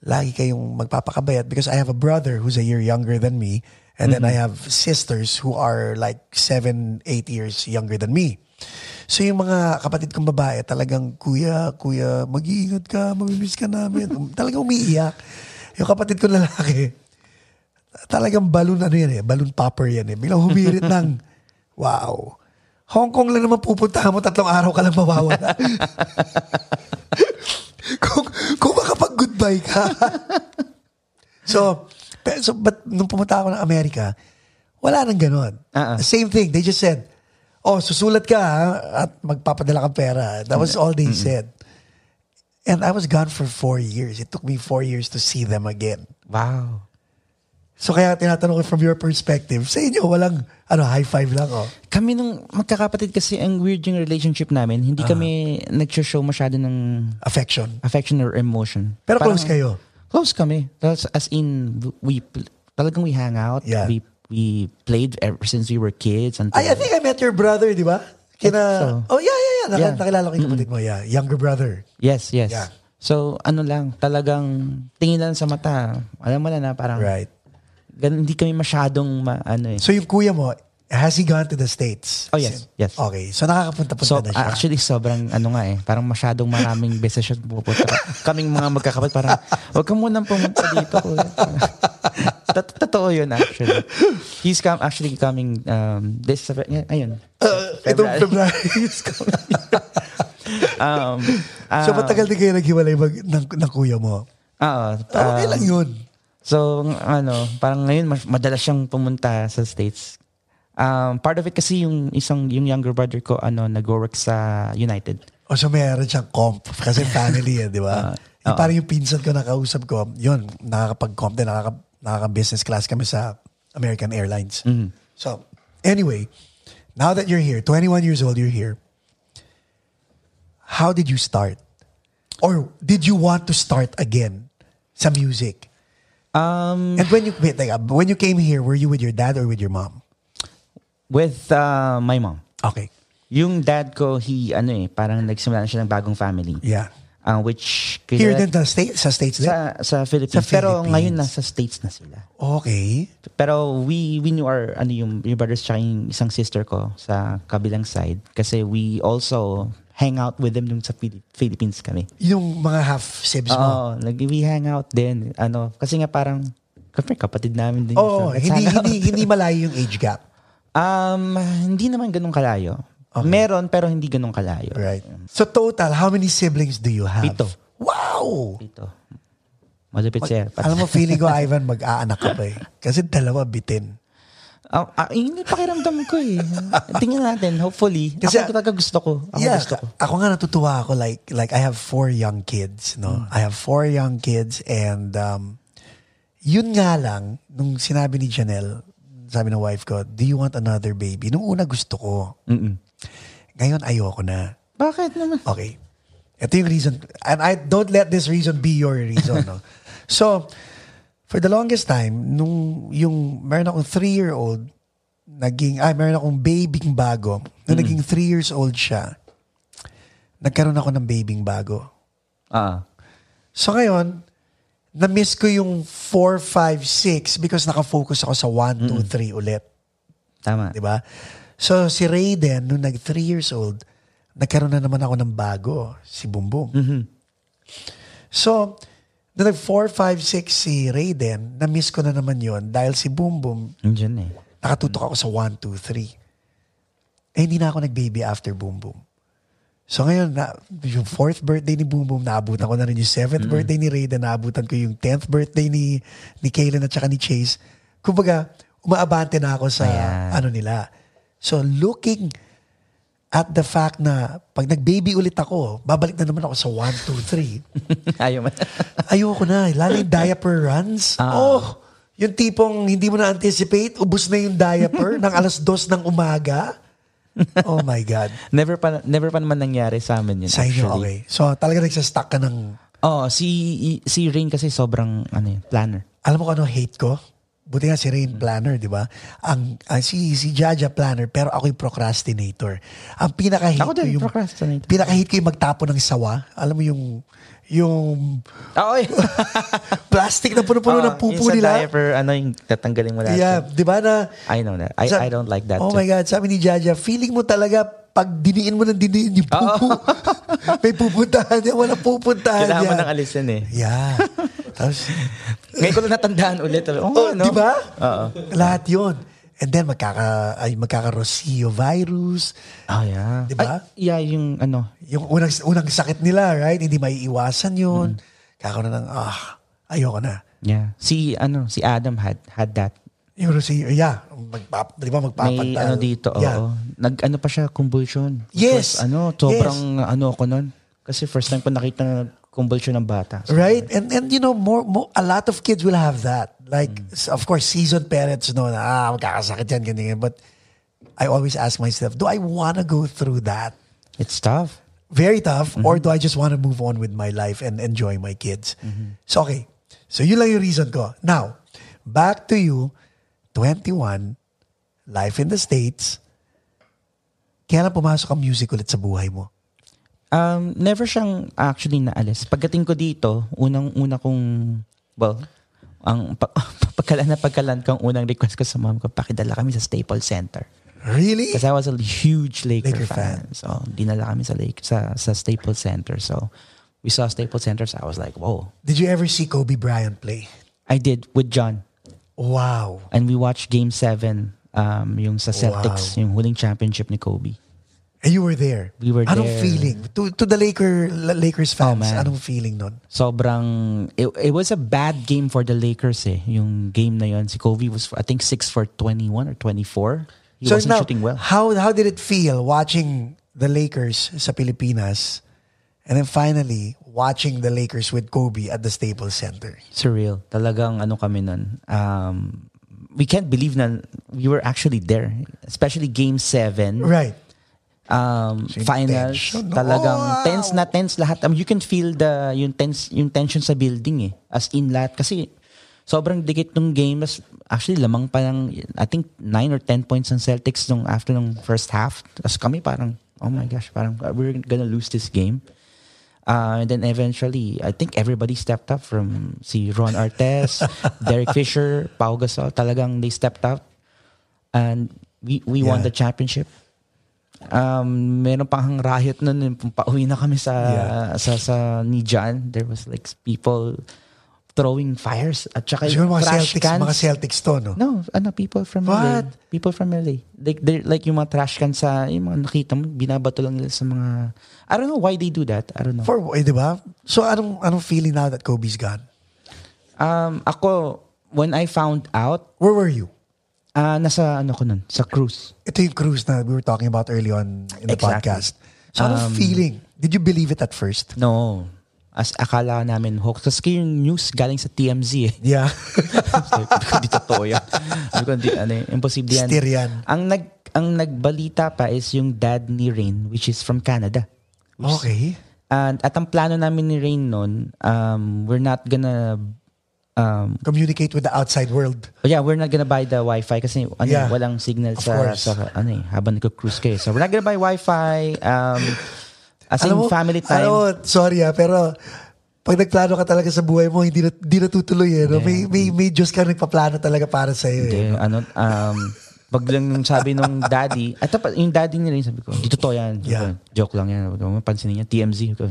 Speaker 2: Lagi kayong magpapakabayat because I have a brother who's a year younger than me and then I have sisters who are like seven, eight years younger than me. So yung mga kapatid kong babae, talagang, kuya, kuya, mag-iingat ka, mamimiss ka namin. Um, talagang umiiyak. Yung kapatid kong lalaki, talagang balloon, ano yan eh, balloon popper yan eh. Biglang humirit ng, wow, Hong Kong lang naman pupuntahan mo, tatlong araw ka lang mawawala. kung, kung makapag-goodbye
Speaker 1: [laughs]
Speaker 2: ka. so, pe- so, but nung pumunta ako ng Amerika, wala nang ganon.
Speaker 1: Ah, ah.
Speaker 2: Same thing. They just said, oh, susulat ka ha, at magpapadala kang pera. That was all they said. And I was gone for four years. It took me four years to see them again.
Speaker 1: Wow.
Speaker 2: So kaya tinatanong ko from your perspective, sa inyo walang ano, high five lang oh.
Speaker 1: Kami nung magkakapatid kasi ang weird yung relationship namin. Hindi
Speaker 2: Ah.
Speaker 1: kami nag-show masyado ng
Speaker 2: Affection.
Speaker 1: affection or emotion.
Speaker 2: Pero
Speaker 1: Parang-
Speaker 2: close kayo.
Speaker 1: Close kami. That's as in we pl- talagang we hang out.
Speaker 2: Yeah.
Speaker 1: We we played ever since we were kids until
Speaker 2: Ay, I think I met your brother, di ba? Kina,
Speaker 1: think
Speaker 2: oh yeah, yeah, yeah. Naka,
Speaker 1: Yeah.
Speaker 2: Nakilala ko yung kapatid mo, yeah. Younger brother.
Speaker 1: Yes, yes.
Speaker 2: Yeah.
Speaker 1: So ano lang, talagang tingin lang sa mata. Alam mo na na parang
Speaker 2: Right.
Speaker 1: ganun, hindi kami masyadong ma, ano eh.
Speaker 2: So yung kuya mo, has he gone to the States?
Speaker 1: Oh, yes, yes.
Speaker 2: Okay, so nakakapunta-punta
Speaker 1: So
Speaker 2: na siya.
Speaker 1: actually sobrang ano nga eh, parang masyadong
Speaker 2: [laughs]
Speaker 1: maraming beses siya pupunta. Kaming mga magkakapat parang wag ka munang pumunta dito. kuya." [laughs] Tot- Totoo yun actually. He's come actually coming um, this ayun.
Speaker 2: Uh, itong February. [laughs]
Speaker 1: Um, ah,
Speaker 2: so matagal din kayo naghiwalay mag, ng, ng kuya mo.
Speaker 1: oo,
Speaker 2: Oh, okay
Speaker 1: um,
Speaker 2: lang yun.
Speaker 1: So, ng- ano, parang ngayon mas- madalas siyang pumunta sa States. Um, part of it kasi yung isang yung younger brother ko ano nag-work sa United.
Speaker 2: O so meron siyang comp. Kasi family yan, di ba? Yung parang yung pinsan ko nakausap ko, yun, nakakapag-comp din, nakaka, nakaka-business class kami sa American Airlines. So, anyway, now that you're here, 21 years old, you're here, how did you start? Or did you want to start again sa music?
Speaker 1: Um,
Speaker 2: And when you, wait, teka, when you came here, were you with your dad or with your mom?
Speaker 1: with uh, my mom.
Speaker 2: Okay.
Speaker 1: Yung dad ko, he ano eh, parang nagsimula na siya ng bagong family.
Speaker 2: Yeah.
Speaker 1: Uh, which
Speaker 2: Here
Speaker 1: kinala-
Speaker 2: din sa, state, sa States din?
Speaker 1: sa sa Philippines.
Speaker 2: Sa
Speaker 1: Pero
Speaker 2: Philippines.
Speaker 1: ngayon nasa states na sila.
Speaker 2: Okay.
Speaker 1: Pero we we knew our ano yung, yung brothers tsaka yung isang sister ko sa kabilang side kasi we also hang out with them nung sa Pili- Philippines kami.
Speaker 2: Yung mga half-sibs
Speaker 1: Oo,
Speaker 2: mo.
Speaker 1: nag we hang out din. Ano, kasi nga parang kapre kapatid namin din.
Speaker 2: Oo,
Speaker 1: So, let's
Speaker 2: hindi,
Speaker 1: hang out.
Speaker 2: hindi, [laughs] hindi malayo yung age gap.
Speaker 1: Um, hindi naman ganun kalayo. Meron pero hindi ganun kalayo.
Speaker 2: Right. So total, how many siblings do you have?
Speaker 1: Pito.
Speaker 2: Wow!
Speaker 1: Dito. Malapit siya.
Speaker 2: Alam mo, feeling ko, Ivan, mag-aanak ka pa eh. Kasi dalawa bitin.
Speaker 1: Ah, ah, yun yung pakiramdam ko
Speaker 2: [laughs]
Speaker 1: eh. Tingnan natin, hopefully.
Speaker 2: Kasi-
Speaker 1: ako talaga gusto ko. Ako
Speaker 2: yeah,
Speaker 1: gusto ko.
Speaker 2: ako nga natutuwa ako. Like, like I have four young kids, no? I have four young kids and um, yun nga lang, nung sinabi ni Janelle, sabi ng wife ko, do you want another baby? Nung una gusto ko. Ngayon, ayoko na.
Speaker 1: Bakit naman?
Speaker 2: Okay. Ito yung reason. And I don't let this reason be your reason. no? So, for the longest time, nung yung meron akong three-year-old, naging, ay, meron akong babying bago. Nung naging three years old siya, nagkaroon ako ng babying bago.
Speaker 1: Ah.
Speaker 2: So ngayon, na-miss ko yung 4, 5, 6 because nakafocus ako sa 1, 2, 3 ulit.
Speaker 1: Tama.
Speaker 2: Di ba? So si Raiden, nung nag 3 years old, nagkaroon na naman ako ng bago, si Bumbum. So, nung nag 4, 5, 6 si Raiden, na-miss ko na naman yon dahil si Bumbum,
Speaker 1: Yun eh. [laughs]
Speaker 2: nakatutok ako sa 1, 2, 3. Eh, hindi na ako nag-baby after Boom Boom. So ngayon, na, yung fourth birthday ni Boom Boom, naabutan ko na rin yung seventh birthday ni Raiden, naabutan ko yung tenth birthday ni, ni Kaylin at saka ni Chase. Kumbaga, umaabante na ako sa
Speaker 1: Ayan.
Speaker 2: ano nila. So looking at the fact na pag nag-baby ulit ako, babalik na naman ako sa 1, 2, 3
Speaker 1: Ayaw man.
Speaker 2: ayoko na. Lalo
Speaker 1: [laughs]
Speaker 2: yung diaper runs.
Speaker 1: Ah.
Speaker 2: Oh, yung tipong hindi mo na-anticipate, ubus na yung
Speaker 1: [laughs]
Speaker 2: diaper ng alas dos ng umaga. Oh my God.
Speaker 1: never pa never pa naman nangyari sa amin yun.
Speaker 2: Sa inyo,
Speaker 1: actually.
Speaker 2: okay. So talaga nagsastock ka ng,
Speaker 1: Oh, si si Rain kasi sobrang ano yun, planner.
Speaker 2: alam mo kung ano hate ko? Buti nga si Rain planner, di ba? Ang, ah, si, si Jaja planner, pero ako yung procrastinator. Ang pinaka-hate
Speaker 1: Ako din,
Speaker 2: ko yung,
Speaker 1: procrastinator.
Speaker 2: pinaka-hate ko yung magtapo ng sawa. Alam mo yung,
Speaker 1: [laughs]
Speaker 2: yung
Speaker 1: Ah, Oy.
Speaker 2: plastic na puno-puno
Speaker 1: Oo,
Speaker 2: ng pupo
Speaker 1: Ah, yung sa
Speaker 2: nila.
Speaker 1: diaper, ano yung tatanggalin mo lahat.
Speaker 2: Yeah, di ba na,
Speaker 1: I know that. I,
Speaker 2: Sa-
Speaker 1: I don't like that
Speaker 2: Oh
Speaker 1: too.
Speaker 2: my God, sabi ni Jaja, feeling mo talaga pag diniin mo ng diniin yung pupo, [laughs] may pupuntahan yan, wala pupuntahan
Speaker 1: Kailangan
Speaker 2: yan.
Speaker 1: mo nang alisin eh.
Speaker 2: Yeah. Tapos,
Speaker 1: Ngayon ko lang natandaan ulit. [laughs] Oo,
Speaker 2: [laughs] oh,
Speaker 1: oh, no?
Speaker 2: di ba?
Speaker 1: Oo.
Speaker 2: Lahat yun. And then magkaka, ay, magkaka Rosillo virus.
Speaker 1: Oh, yeah.
Speaker 2: Di ba?
Speaker 1: Ay, yeah, yung ano.
Speaker 2: Yung unang, unang sakit nila, right? Hindi maiiwasan yun.
Speaker 1: Mm-hmm.
Speaker 2: Kakaroon ng, ah, ayoko na.
Speaker 1: Yeah. Si, ano, si Adam had, had that.
Speaker 2: Yung Rosillo, yeah. Magpap, di ba magpapantal?
Speaker 1: May ano dito,
Speaker 2: Yeah.
Speaker 1: oo. Nag, ano pa siya, convulsion. Which
Speaker 2: Yes.
Speaker 1: was, ano, sobrang, ano ako nun. Kasi first time ko nakita na convulsion ng bata. So,
Speaker 2: right and and you know more, more a lot of kids will have that like s- of course seasoned parents know na ah magkakasakit yan ganyan ganyan." but I always ask myself do I want to go through that
Speaker 1: It's tough.
Speaker 2: very tough or do I just want to move on with my life and enjoy my kids so okay so yun lang yung reason ko now back to you 21 life in the states kailan pumasok ang music ulit sa buhay mo
Speaker 1: Um, never siyang actually naalis. Pagdating ko dito, unang-una kong, well, ang pa- [laughs] pagkalan na pagkalan kong unang request ko sa mom ko, pakidala kami sa Staples Center.
Speaker 2: really
Speaker 1: Kasi I was a huge Laker,
Speaker 2: Laker
Speaker 1: fan. So, dinala kami sa, Lake, sa, sa Staples Center. So, we saw Staples Center. So, I was like, whoa.
Speaker 2: did you ever see Kobe Bryant play
Speaker 1: I did with John.
Speaker 2: wow
Speaker 1: And we watched Game 7, um, yung sa Celtics, yung huling championship ni Kobe.
Speaker 2: And you were there.
Speaker 1: We were
Speaker 2: anong
Speaker 1: there. Oh,
Speaker 2: feeling? To, to the Laker, La- Lakers fans,
Speaker 1: man.
Speaker 2: anong feeling nun?
Speaker 1: Sobrang, it, it was a bad game for the Lakers eh. Yung game na yon si Kobe was, I think, 6 for 21 or 24. He wasn't
Speaker 2: now,
Speaker 1: shooting well.
Speaker 2: How, how did it feel watching the Lakers sa Pilipinas and then finally watching the Lakers with Kobe at the Staples Center?
Speaker 1: Surreal. Talagang ano kami nun. Um, we can't believe na we were actually there. Especially Game 7.
Speaker 2: Right.
Speaker 1: um finals
Speaker 2: tension. Oh,
Speaker 1: talagang
Speaker 2: Wow!
Speaker 1: tense na tense lahat um, you can feel the yung tense yung tension sa building eh as in lahat kasi sobrang dikit ng game mas actually lamang pa lang I think 9 or 10 points ng Celtics nung after nung first half tapos kami parang oh my gosh parang uh, we're gonna lose this game Uh, and then eventually, I think everybody stepped up from si Ron
Speaker 2: [laughs]
Speaker 1: Artes, Derek Fisher, Pau Gasol. Talagang they stepped up. And we we won
Speaker 2: Yeah.
Speaker 1: the championship. Um, meron pang riot nun. yung Pauwi na kami sa,
Speaker 2: Yeah.
Speaker 1: sa, sa ni John. There was like people throwing fires at saka
Speaker 2: Siguro
Speaker 1: yung
Speaker 2: mga
Speaker 1: trash
Speaker 2: Celtics,
Speaker 1: cans.
Speaker 2: mga Celtics to, no?
Speaker 1: No, ano, people from
Speaker 2: What?
Speaker 1: LA. People from LA. Like, they're, like yung mga trash can sa, yung mga nakita mo, binabato lang nila sa mga, I don't know why they do that. I don't know.
Speaker 2: For, eh, di ba? So anong, anong feeling now that Kobe's gone?
Speaker 1: Um, ako, when I found out,
Speaker 2: Where were you?
Speaker 1: ah, nasa ano ko nun, sa cruise.
Speaker 2: Ito yung cruise na we were talking about early on in the
Speaker 1: Exactly. Um,
Speaker 2: podcast. So anong feeling? Did you believe it at first?
Speaker 1: No. As akala namin hoax. Kasi yung news galing sa TMZ eh.
Speaker 2: Yeah.
Speaker 1: Sabi [laughs] ko, di totoo yan. Sabi ko, di, ano, eh, imposible yan.
Speaker 2: Steer yan.
Speaker 1: Ang, nag, ang nagbalita pa is yung dad ni Rain, which is from Canada.
Speaker 2: okay.
Speaker 1: And, at ang plano namin ni Rain noon, um, we're not gonna um,
Speaker 2: Communicate with the outside world.
Speaker 1: But yeah, we're not gonna buy the Wi-Fi kasi ano,
Speaker 2: Yeah.
Speaker 1: walang signal
Speaker 2: Of
Speaker 1: sa,
Speaker 2: course.
Speaker 1: sa ano eh, habang nagko-cruise kayo. So we're not gonna buy Wi-Fi. Um, as in family time.
Speaker 2: Alam mo, sorry ah, pero pag nagplano ka talaga sa buhay mo, hindi na, hindi natutuloy eh. No? May, may, may Diyos ka nagpaplano talaga para sa'yo
Speaker 1: Hindi,
Speaker 2: eh.
Speaker 1: ano, um, pag lang nung sabi nung daddy, at pa, yung daddy nila yung sabi ko, hindi totoo yan. Sabi ko,
Speaker 2: Yeah.
Speaker 1: Joke lang yan. Huwag mo pansinin niya, TMZ. Sabi ko,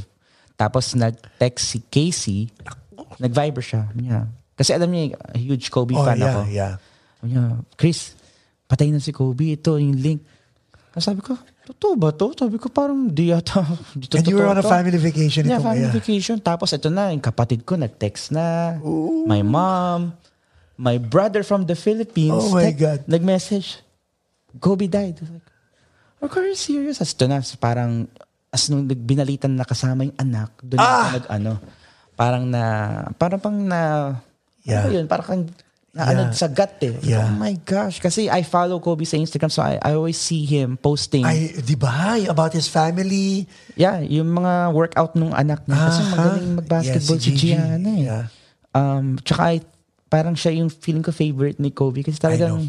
Speaker 1: Tapos nag-text si Casey, nag-viber siya. Sabi niya, Kasi alam niya, huge Kobe
Speaker 2: Oh,
Speaker 1: fan
Speaker 2: yeah,
Speaker 1: ako.
Speaker 2: yeah.
Speaker 1: Sabi niya, Chris, patay na si Kobe. Ito yung link. Tapos sabi ko, totoo ba to? Sabi ko, parang di yata. [laughs] Di to,
Speaker 2: And you were
Speaker 1: totoo
Speaker 2: on a
Speaker 1: to."
Speaker 2: family vacation.
Speaker 1: Yeah,
Speaker 2: itong-
Speaker 1: family
Speaker 2: yeah.
Speaker 1: vacation. Tapos ito na, yung kapatid ko nag-text na. My mom, my brother from the Philippines.
Speaker 2: Oh my God.
Speaker 1: Nag-message. Kobe died. I was like, of course, serious. As ito na, so parang as nung binalitan na kasama yung anak, doon ako
Speaker 2: Ah!
Speaker 1: nag ano, parang na, parang pang na,
Speaker 2: Yeah.
Speaker 1: ano ba yun, parang kang, na ano,
Speaker 2: Yeah.
Speaker 1: sa gut eh.
Speaker 2: Yeah.
Speaker 1: Oh my gosh. Kasi I follow Kobe sa Instagram so I, I always see him posting.
Speaker 2: Ay, di ba? Ay, About his family.
Speaker 1: Yeah, yung mga workout nung anak niya. Kasi
Speaker 2: Aha.
Speaker 1: Ano magaling mag-basketball
Speaker 2: Yeah, si
Speaker 1: si
Speaker 2: Gigi.
Speaker 1: Gianna eh.
Speaker 2: Yeah.
Speaker 1: Um, tsaka I- parang siya yung feeling ko favorite ni Kobe kasi talagang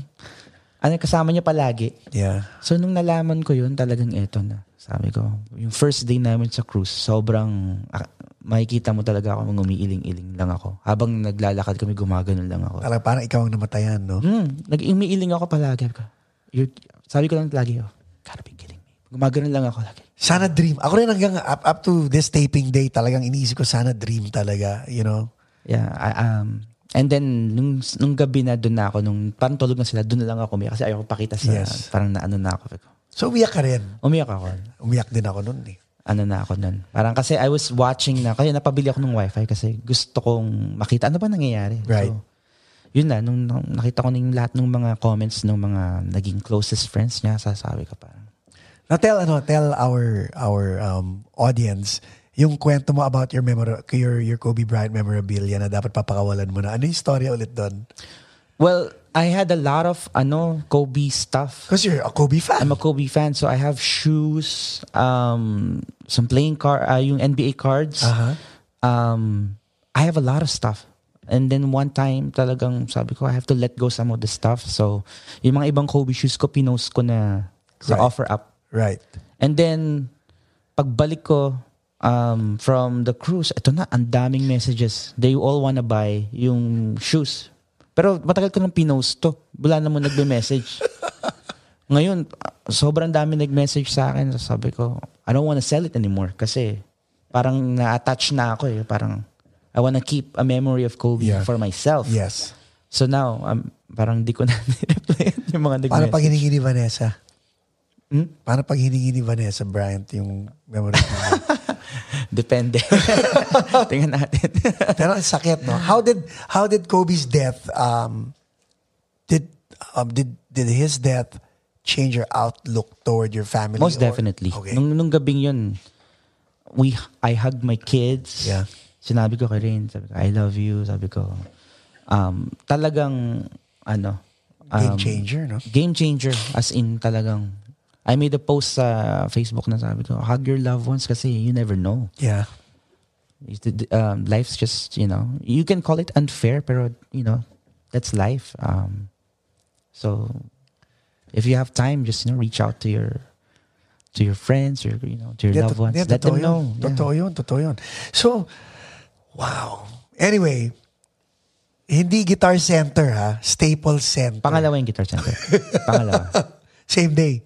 Speaker 1: ano, kasama niya palagi.
Speaker 2: Yeah.
Speaker 1: So nung nalaman ko yun, talagang eto na. Sabi ko, yung first day namin sa cruise, sobrang ah, makikita mo talaga ako umiiling-iling lang ako. Habang naglalakad kami, gumaganon lang ako.
Speaker 2: Parang, parang ikaw ang namatayan, no?
Speaker 1: Hmm, nag-umiiling ako palagi. Sabi ko, "You're- Sabi ko lang lagi, oh, gotta be kidding me. Gumaganon lang ako lagi.
Speaker 2: Sana dream. Ako rin hanggang up, up to this taping day, talagang iniisip ko sana dream talaga, you know?
Speaker 1: Yeah, I, um, and then nung nung gabi na doon na ako nung parang tulog na sila, doon na lang ako umiyak kasi ayoko pakita sa
Speaker 2: Yes.
Speaker 1: parang naano na ako.
Speaker 2: So umiyak ka rin.
Speaker 1: Umiyak ako.
Speaker 2: Umiyak din ako noon eh.
Speaker 1: Ano na ako nun. Parang kasi I was watching na, kaya napabili ako ng wifi kasi gusto kong makita ano ba nangyayari.
Speaker 2: Right.
Speaker 1: So, yun na, nung, nung nakita ko na yung lahat ng mga comments ng mga naging closest friends niya, sasabi ko parang,
Speaker 2: Now tell ano, tell our our um, audience yung kwento mo about your memor your your Kobe Bryant memorabilia na dapat papakawalan mo na. Ano yung story ulit doon?
Speaker 1: well, I had a lot of ano Kobe stuff.
Speaker 2: Because you're a Kobe fan.
Speaker 1: I'm a Kobe fan, so I have shoes, um, some playing card, uh, yung NBA cards.
Speaker 2: Aha.
Speaker 1: Um, I have a lot of stuff. And then one time talagang sabi ko, I have to let go some of the stuff. So, yung mga ibang Kobe shoes ko, pinost ko na sa
Speaker 2: Right.
Speaker 1: offer up.
Speaker 2: Right.
Speaker 1: And then, pagbalik ko um, from the cruise, eto na, ang daming messages. They all wanna buy yung shoes. Pero matagal ko nang pinost to. Wala naman
Speaker 2: [laughs]
Speaker 1: nagbe-message. Ngayon, ah, sobrang dami nag-message sa akin. So Sabi ko, I don't wanna sell it anymore kasi parang na-attach na ako eh. Parang I wanna keep a memory of Kobe
Speaker 2: Yeah.
Speaker 1: for myself.
Speaker 2: Yes.
Speaker 1: So now, um, parang di ko na [laughs] nireply yung mga
Speaker 2: Para
Speaker 1: nag-message.
Speaker 2: pag hiningi ni Vanessa.
Speaker 1: Hmm?
Speaker 2: Para pag hiningi ni Vanessa Bryant yung
Speaker 1: [laughs]
Speaker 2: memorabilia.
Speaker 1: Depende. [laughs] Tingnan natin.
Speaker 2: Pero ang sakit, no? How did how did Kobe's death um did um did did his death change your outlook toward your family?
Speaker 1: Most
Speaker 2: or-
Speaker 1: definitely.
Speaker 2: Okay.
Speaker 1: Nung, nung gabing yun, we, I hugged my kids.
Speaker 2: Yeah.
Speaker 1: Sinabi ko kay Rin, sabi ko, I love you. Sabi ko, um, talagang, ano, um,
Speaker 2: Game changer, no?
Speaker 1: Game changer. As in, talagang, I made a post sa Facebook na sabi ko, hug your loved ones kasi you never know.
Speaker 2: Yeah.
Speaker 1: It's the- the, um, life's just, you know, you can call it unfair, pero, you know, that's life. Um, so, if you have time, just, you know, reach out to your, to your friends, your, you know, to your
Speaker 2: Yeah,
Speaker 1: loved
Speaker 2: to-
Speaker 1: ones.
Speaker 2: yeah,
Speaker 1: Let
Speaker 2: totoo
Speaker 1: them
Speaker 2: yun.
Speaker 1: know. Yeah.
Speaker 2: Totoo yun, totoo yun. So, wow. Anyway, hindi Guitar Center ha, Staples Center.
Speaker 1: Pangalawa yung Guitar
Speaker 2: [laughs]
Speaker 1: Center. Pangalawa.
Speaker 2: Same day.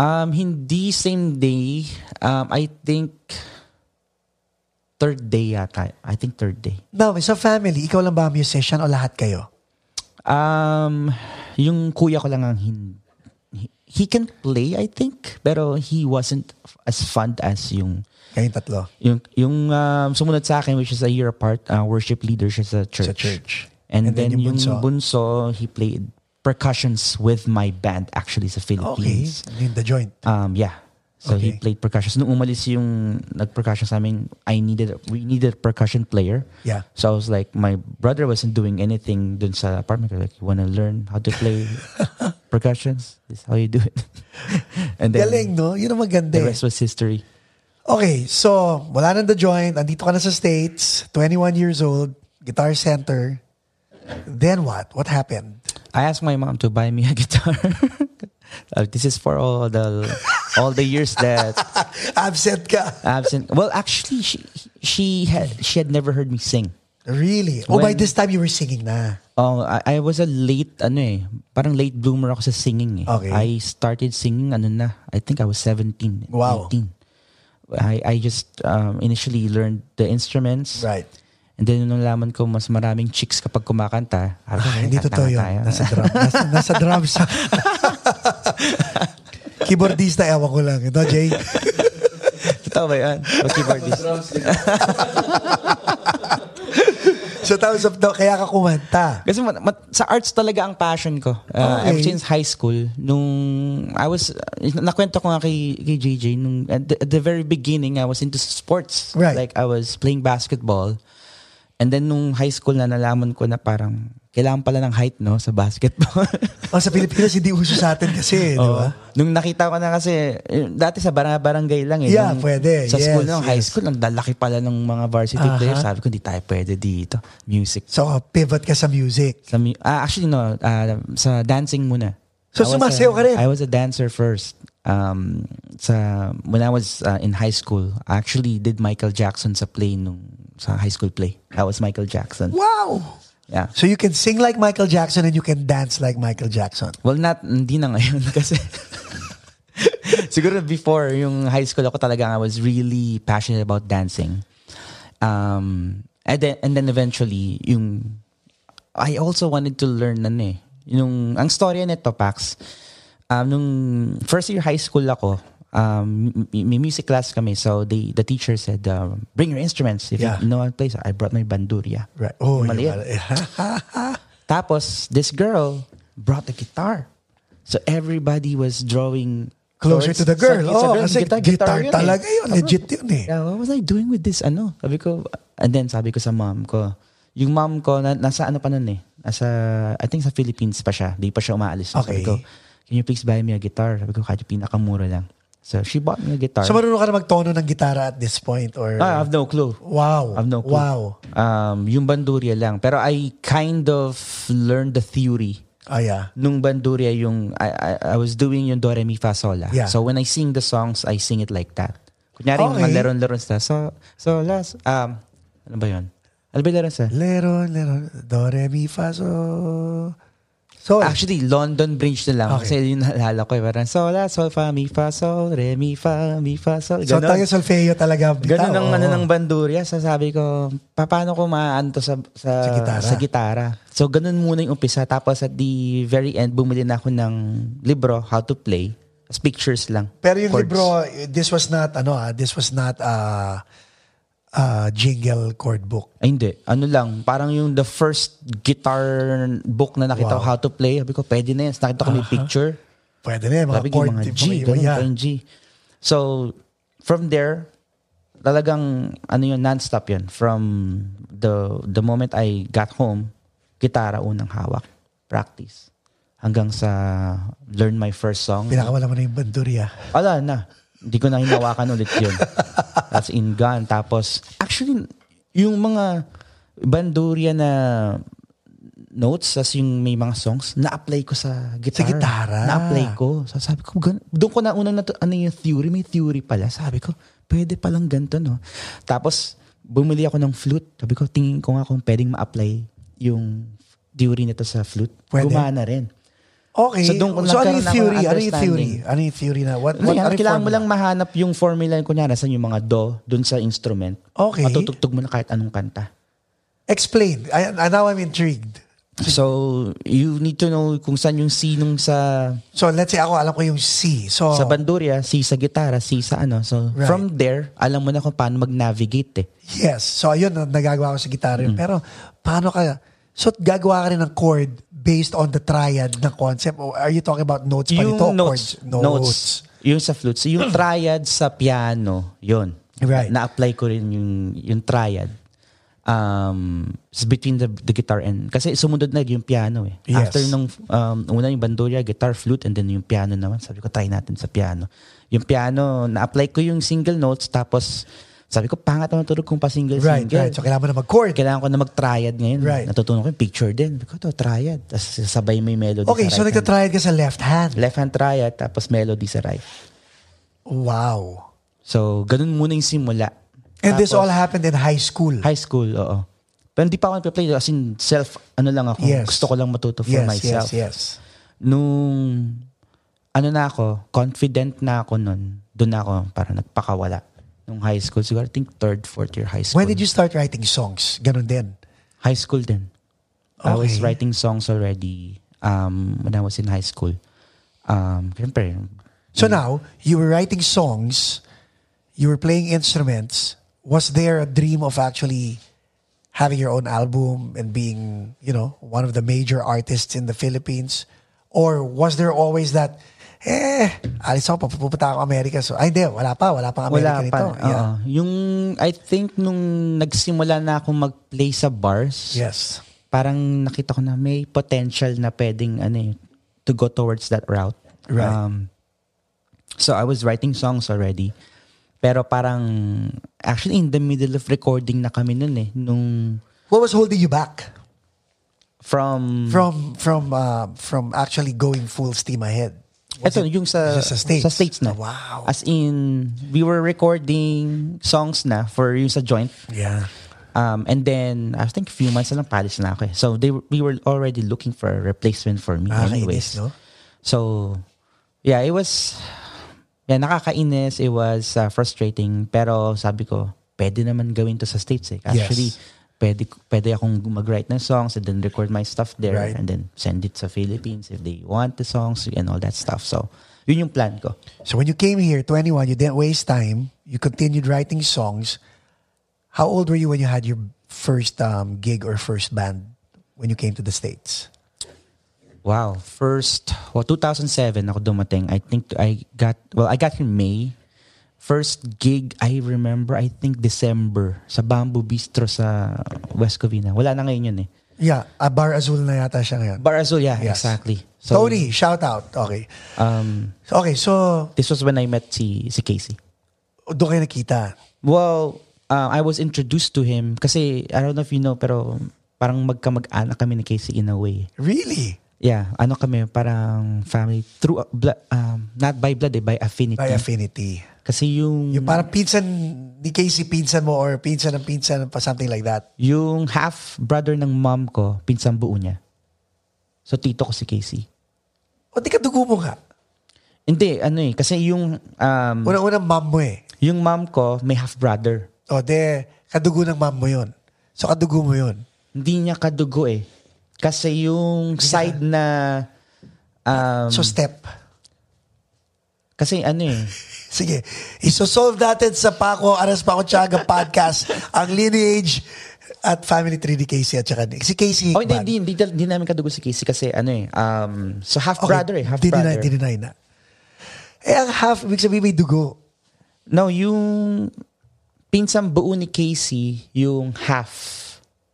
Speaker 1: Um, hindi same day. Um, I think third day yata. I think third day.
Speaker 2: Now, sa family, ikaw lang ba ang musician o lahat kayo?
Speaker 1: Um, yung kuya ko lang ang hin- he- he can play, I think, pero he wasn't f- as fond as yung
Speaker 2: Kayong tatlo
Speaker 1: yung yung um, sumunod sa akin which is a year apart, uh, worship leader siya sa church.
Speaker 2: sa church.
Speaker 1: And, then, yung
Speaker 2: bunso.
Speaker 1: bunso. he played percussions with my band actually sa
Speaker 2: Okay,
Speaker 1: Philippines.
Speaker 2: and then the joint.
Speaker 1: Um, yeah. So he
Speaker 2: Okay.
Speaker 1: played percussion. Nung umalis yung nag-percussion sa amin, I needed, we needed a percussion player.
Speaker 2: Yeah.
Speaker 1: So I was like, my brother wasn't doing anything dun sa apartment. Like, you wanna learn how to
Speaker 2: [laughs]
Speaker 1: play percussions? This is how you do it. [laughs] and then
Speaker 2: Galing, no? Yun ang maganda.
Speaker 1: the
Speaker 2: eh.
Speaker 1: rest was history.
Speaker 2: Okay, so wala nang The Joint. Andito ka na sa States. 21 years old. Guitar Center. Then what? What happened?
Speaker 1: I asked my mom to buy me a [laughs] guitar. Uh, this is for all the all the years
Speaker 2: [laughs]
Speaker 1: that
Speaker 2: Absent ka.
Speaker 1: absent. Well, actually, she she had she had never heard me sing.
Speaker 2: Really? Oh, by
Speaker 1: When-
Speaker 2: this time you were singing na.
Speaker 1: Oh, I, I was a late ano eh. Parang late bloomer ako sa singing eh.
Speaker 2: Okay.
Speaker 1: I started singing ano na. I think I was 17,
Speaker 2: Wow.
Speaker 1: 18. I I just um, initially learned the instruments.
Speaker 2: Right.
Speaker 1: And then nung nalaman ko mas maraming chicks kapag kumakanta. Alam ko,
Speaker 2: Ah, hindi
Speaker 1: tanga
Speaker 2: totoo yun.
Speaker 1: tayo.
Speaker 2: [laughs] Nasa drum. Nasa, nasa drums.
Speaker 1: [laughs]
Speaker 2: Keyboardista, ewan ko lang. Ito, Jay.
Speaker 1: totoo ba yun? [laughs] O keyboardist.
Speaker 2: So, tapos, no, kaya ka kumanta.
Speaker 1: Kasi mat- mat- sa arts talaga ang passion ko. Uh,
Speaker 2: Okay.
Speaker 1: Ever since high school, nung I was, uh, nakwento ko nga kay, kay JJ, nung, at, the, at the very beginning, I was into sports.
Speaker 2: Right.
Speaker 1: Like, I was playing basketball. And then, nung high school na nalaman ko na parang, kailangan pala ng height, no, sa basketball.
Speaker 2: Oh, sa Pilipinas, hindi uso sa atin kasi, [laughs] eh, di
Speaker 1: Oo.
Speaker 2: ba?
Speaker 1: Nung nakita ko na kasi, eh, dati sa barang- barangay lang eh.
Speaker 2: Yeah,
Speaker 1: Nung
Speaker 2: pwede.
Speaker 1: Sa
Speaker 2: Yes,
Speaker 1: school nung high
Speaker 2: yes.
Speaker 1: school, ang lalaki pala ng mga varsity
Speaker 2: Aha.
Speaker 1: players. Sabi ko, hindi tayo pwede dito. Music
Speaker 2: So, uh, pivot ka sa music.
Speaker 1: Sa mu- ah, actually, no. ah, sa dancing muna.
Speaker 2: So,
Speaker 1: I was
Speaker 2: sumasayaw
Speaker 1: a-
Speaker 2: ka rin?
Speaker 1: I was a dancer first. Um, sa, when I was ah, in high school, I actually did Michael Jackson sa play nung, sa high school play. I was Michael Jackson.
Speaker 2: Wow!
Speaker 1: Yeah.
Speaker 2: So, you can sing like Michael Jackson and you can dance like Michael Jackson.
Speaker 1: Well, not, hindi na ngayon [laughs] kasi. siguro before, yung high school ako talaga, I was really passionate about dancing. Um, and then, and then eventually, yung, I also wanted to learn ano eh. Yung, ang storya nito, Pax, um, nung first year high school ako, um, m- may music class kami. So, they, the teacher said, um, bring your instruments. If
Speaker 2: Yeah.
Speaker 1: you know how to play, so I brought my bandurria.
Speaker 2: Right. Oh,
Speaker 1: Mali
Speaker 2: yun
Speaker 1: yan.
Speaker 2: pala.
Speaker 1: Tapos, this girl brought the guitar. So everybody was drawing
Speaker 2: Closer to the girl.
Speaker 1: Sa- sa
Speaker 2: Oh,
Speaker 1: girl,
Speaker 2: kasi guitar,
Speaker 1: yun eh.
Speaker 2: talaga
Speaker 1: Sabi
Speaker 2: yun.
Speaker 1: ko,
Speaker 2: Legit yun eh.
Speaker 1: Yeah, what was I doing with this? Ano? Sabi ko, and then sabi ko sa mom ko, yung mom ko, na, nasa ano pa nun eh, nasa, I think sa Philippines pa siya. Di pa siya umaalis. Sabi
Speaker 2: Okay.
Speaker 1: ko, can you please buy me a guitar? Sabi ko, kahit pinakamura lang. So she bought me a guitar. Ah,
Speaker 2: So, marunong ka na magtono ng gitara at this point? Or,
Speaker 1: I have no clue.
Speaker 2: wow.
Speaker 1: I've no clue.
Speaker 2: Wow.
Speaker 1: Um, yung bandurya lang. Pero I kind of learned the theory
Speaker 2: Oh, yeah.
Speaker 1: nung Banduria yung I, I, I was doing yung Do Re Mi Fa Sol La.
Speaker 2: Yeah.
Speaker 1: So when I sing the songs, I sing it like that. Kunyari yung
Speaker 2: Okay.
Speaker 1: mga laron-laron sa so so last um ano ba 'yon? Ano ba yung laron sa?
Speaker 2: Lero, lero, do, re, mi, fa, so. So,
Speaker 1: Actually, London Bridge na lang. Kasi
Speaker 2: Okay.
Speaker 1: yun yung naalala ko. eh. Parang sol, la, sol, fa, mi, fa, sol, re, mi, fa, mi, fa, sol.
Speaker 2: so
Speaker 1: Ganon.
Speaker 2: tayo solfeo talaga. ang bitaw,
Speaker 1: Ganun ang
Speaker 2: oo.
Speaker 1: ano ng bandurya. So sabi ko, pa- paano ko maanto sa, sa,
Speaker 2: Sa gitara.
Speaker 1: sa gitara? So ganun muna yung umpisa. Tapos at the very end, bumili na ako ng libro, How to Play. As pictures lang.
Speaker 2: Pero yung
Speaker 1: Chords.
Speaker 2: libro, this was not, ano ah, this was not uh, uh, jingle chord book.
Speaker 1: Ay, hindi. Ano lang, parang yung the first guitar book na nakita ko,
Speaker 2: Wow.
Speaker 1: How to Play. Sabi ko, pwede na yan. Tapos Nakita ko may picture.
Speaker 2: Pwede na yun, mga
Speaker 1: Sabi ko,
Speaker 2: chord.
Speaker 1: mga
Speaker 2: tipo,
Speaker 1: G, ganun,
Speaker 2: yeah.
Speaker 1: parang G. So, from there, talagang, ano yun, non-stop yun. From the the moment I got home, gitara unang hawak. Practice. Hanggang sa learn my first song.
Speaker 2: Pinakawala mo na yung banduri ah.
Speaker 1: Ala na. Hindi ko na hinawakan ulit yun. That's in gone. Tapos, actually, yung mga banduria na notes, as yung may mga songs, na-apply ko sa guitar.
Speaker 2: Sa gitara.
Speaker 1: Na-apply ko. So, sabi ko, gan- doon ko na unang nato, ano yung theory, may theory pala. Sabi ko, pwede palang ganito, no? Tapos, bumili ako ng flute. Sabi ko, tingin ko nga kung pwedeng ma-apply yung theory nito sa flute.
Speaker 2: Pwede.
Speaker 1: Gumana rin.
Speaker 2: Okay.
Speaker 1: So, doon ko
Speaker 2: So, ano
Speaker 1: nagkaroon ako ng
Speaker 2: yung theory? Ano yung
Speaker 1: understanding.
Speaker 2: theory? Ano yung theory na? What,
Speaker 1: Ano
Speaker 2: what,
Speaker 1: yan,
Speaker 2: ano yung
Speaker 1: kailangan mo
Speaker 2: formula?
Speaker 1: lang mahanap yung formula yung kunyari sa yung mga do dun sa instrument.
Speaker 2: Okay.
Speaker 1: Matutugtog mo na kahit anong kanta.
Speaker 2: Explain. I, I- now I'm intrigued.
Speaker 1: So, you need to know kung saan yung C nung sa
Speaker 2: So, let's say ako, alam ko yung C. So,
Speaker 1: sa banduria, C sa gitara, C sa ano. So,
Speaker 2: Oh. Right.
Speaker 1: from there, alam mo na kung paano mag-navigate eh.
Speaker 2: yes. So, ayun, ang nagagawa ko sa gitara
Speaker 1: Mm.
Speaker 2: yun. Pero, paano ka, so gagawa ka rin ng chord based on the triad na concept? Or are you talking about notes pa
Speaker 1: Yung
Speaker 2: nito?
Speaker 1: notes,
Speaker 2: Chords?
Speaker 1: notes. Yung sa flute. So, yung triad sa piano, yun.
Speaker 2: Hmm. Right.
Speaker 1: Na-apply ko rin yung, yung triad. Um, it's between the, the guitar and... Kasi sumunod na yung piano eh.
Speaker 2: Yes.
Speaker 1: After nung... Um, una yung bandurya, guitar, flute, and then yung piano naman. Sabi ko, try natin sa piano. Yung piano, na-apply ko yung single notes, tapos Sabi ko, pangat naman tulog kung pa-single-single.
Speaker 2: Right, right. So kailangan mo na mag-court.
Speaker 1: kailangan ko na mag-triad ngayon.
Speaker 2: Right.
Speaker 1: Natutunan ko yung picture din. Sabi ko, to, triad. Tapos sabay may melody
Speaker 2: Okay,
Speaker 1: sa right
Speaker 2: so
Speaker 1: hand.
Speaker 2: nagtatrial ka sa left hand.
Speaker 1: Left hand triad, tapos melody sa right.
Speaker 2: Wow.
Speaker 1: So, ganun muna yung simula.
Speaker 2: And this all
Speaker 1: Tapos,
Speaker 2: happened in high school.
Speaker 1: High school, oo. Pero hindi pa ako nagpa-play. As in, self, ano lang ako.
Speaker 2: Yes.
Speaker 1: Gusto ko lang matuto for
Speaker 2: yes,
Speaker 1: myself.
Speaker 2: yes, yes.
Speaker 1: Nung, ano na ako, confident na ako nun. Doon na ako parang nagpakawala. Nung high school, siguro I think third, fourth year high school.
Speaker 2: When did you start writing songs? Ganun din.
Speaker 1: High school din. I was
Speaker 2: Okay.
Speaker 1: writing songs already um, when I was in high school. Um, Siyempre,
Speaker 2: So now, you were writing songs, you were playing instruments. Was there a dream of actually having your own album and being, you know, one of the major artists in the Philippines? Or was there always that, eh, alis ako, pupunta ako Amerika. So, ay, hindi, wala pa, wala pang
Speaker 1: wala
Speaker 2: Amerika nito.
Speaker 1: pa.
Speaker 2: Yeah.
Speaker 1: Oo. Yung, I think nung nagsimula na akong mag-play sa bars,
Speaker 2: Yes.
Speaker 1: parang nakita ko na may potential na pwedeng ano eh, to go towards that route.
Speaker 2: Right.
Speaker 1: Um, so I was writing songs already. Pero parang actually in the middle of recording na kami nun eh nung
Speaker 2: What was holding you back
Speaker 1: from
Speaker 2: from from uh, from actually going full steam ahead? Was
Speaker 1: Eto,
Speaker 2: it
Speaker 1: yung sa,
Speaker 2: just sa States?
Speaker 1: na.
Speaker 2: Wow.
Speaker 1: As in, we were recording songs na for yung sa joint.
Speaker 2: yeah.
Speaker 1: Um, and then, I think few months na lang palis na ako eh. So, they, were- we were already looking for a replacement for me
Speaker 2: Nakakainis,
Speaker 1: anyways.
Speaker 2: Ah, no?
Speaker 1: So, yeah, it was, yeah, nakakainis. It was uh, frustrating. Pero sabi ko, pwede naman gawin to sa States eh. Actually,
Speaker 2: Yes.
Speaker 1: pwede, pwede akong mag-write ng songs and then record my stuff there
Speaker 2: Right.
Speaker 1: and then send it sa Philippines if they want the songs and all that stuff. So, yun yung plan ko.
Speaker 2: So when you came here, 21, you didn't waste time. You continued writing songs. How old were you when you had your first um, gig or first band when you came to the States?
Speaker 1: Wow. First, well, 2007 ako dumating. I think I got, well, I got here May. First gig, I remember, I think December sa Bamboo Bistro sa West Covina. Wala na ngayon yun eh.
Speaker 2: Yeah, a Bar Azul na yata siya ngayon.
Speaker 1: Bar Azul, yeah,
Speaker 2: Yes.
Speaker 1: exactly.
Speaker 2: Tony, shout out. Okay.
Speaker 1: Um,
Speaker 2: Okay, so
Speaker 1: this was when I met si, si Casey.
Speaker 2: doon kayo nakita.
Speaker 1: Well, uh, I was introduced to him kasi, I don't know if you know, pero parang magkamag-anak kami ni Casey in a way.
Speaker 2: Really?
Speaker 1: Yeah, ano kami, parang family, through, uh, blood, um, not by blood eh, by affinity.
Speaker 2: By affinity.
Speaker 1: kasi yung,
Speaker 2: Yung parang pinsan ni Casey, pinsan mo or pinsan ng pinsan pa something like that.
Speaker 1: yung half-brother ng mom ko, pinsang buo niya. So, tito ko si Casey.
Speaker 2: O di ka dugo mo nga.
Speaker 1: Hindi, ano eh, kasi yung, um,
Speaker 2: Unang-unang mom mo eh.
Speaker 1: yung mom ko, may half-brother.
Speaker 2: O de, kadugo ng mom mo yun. So kadugo mo yun.
Speaker 1: Hindi niya kadugo eh. Kasi yung side na... Um,
Speaker 2: So step.
Speaker 1: kasi ano
Speaker 2: [laughs]
Speaker 1: eh.
Speaker 2: Sige, isosolve natin sa Paco Aras Paco Chaga
Speaker 1: [laughs]
Speaker 2: podcast ang lineage at family tree ni Casey at saka ni- si Casey
Speaker 1: Oh, hindi,
Speaker 2: Hickman.
Speaker 1: hindi, hindi, hindi namin kadugo si Casey kasi ano eh. Um, so
Speaker 2: Okay,
Speaker 1: half-brother eh,
Speaker 2: dininay-
Speaker 1: half-brother.
Speaker 2: dininay na. Eh, ang half, ibig sabihin may dugo.
Speaker 1: No, yung pinsang buo ni Casey, yung half.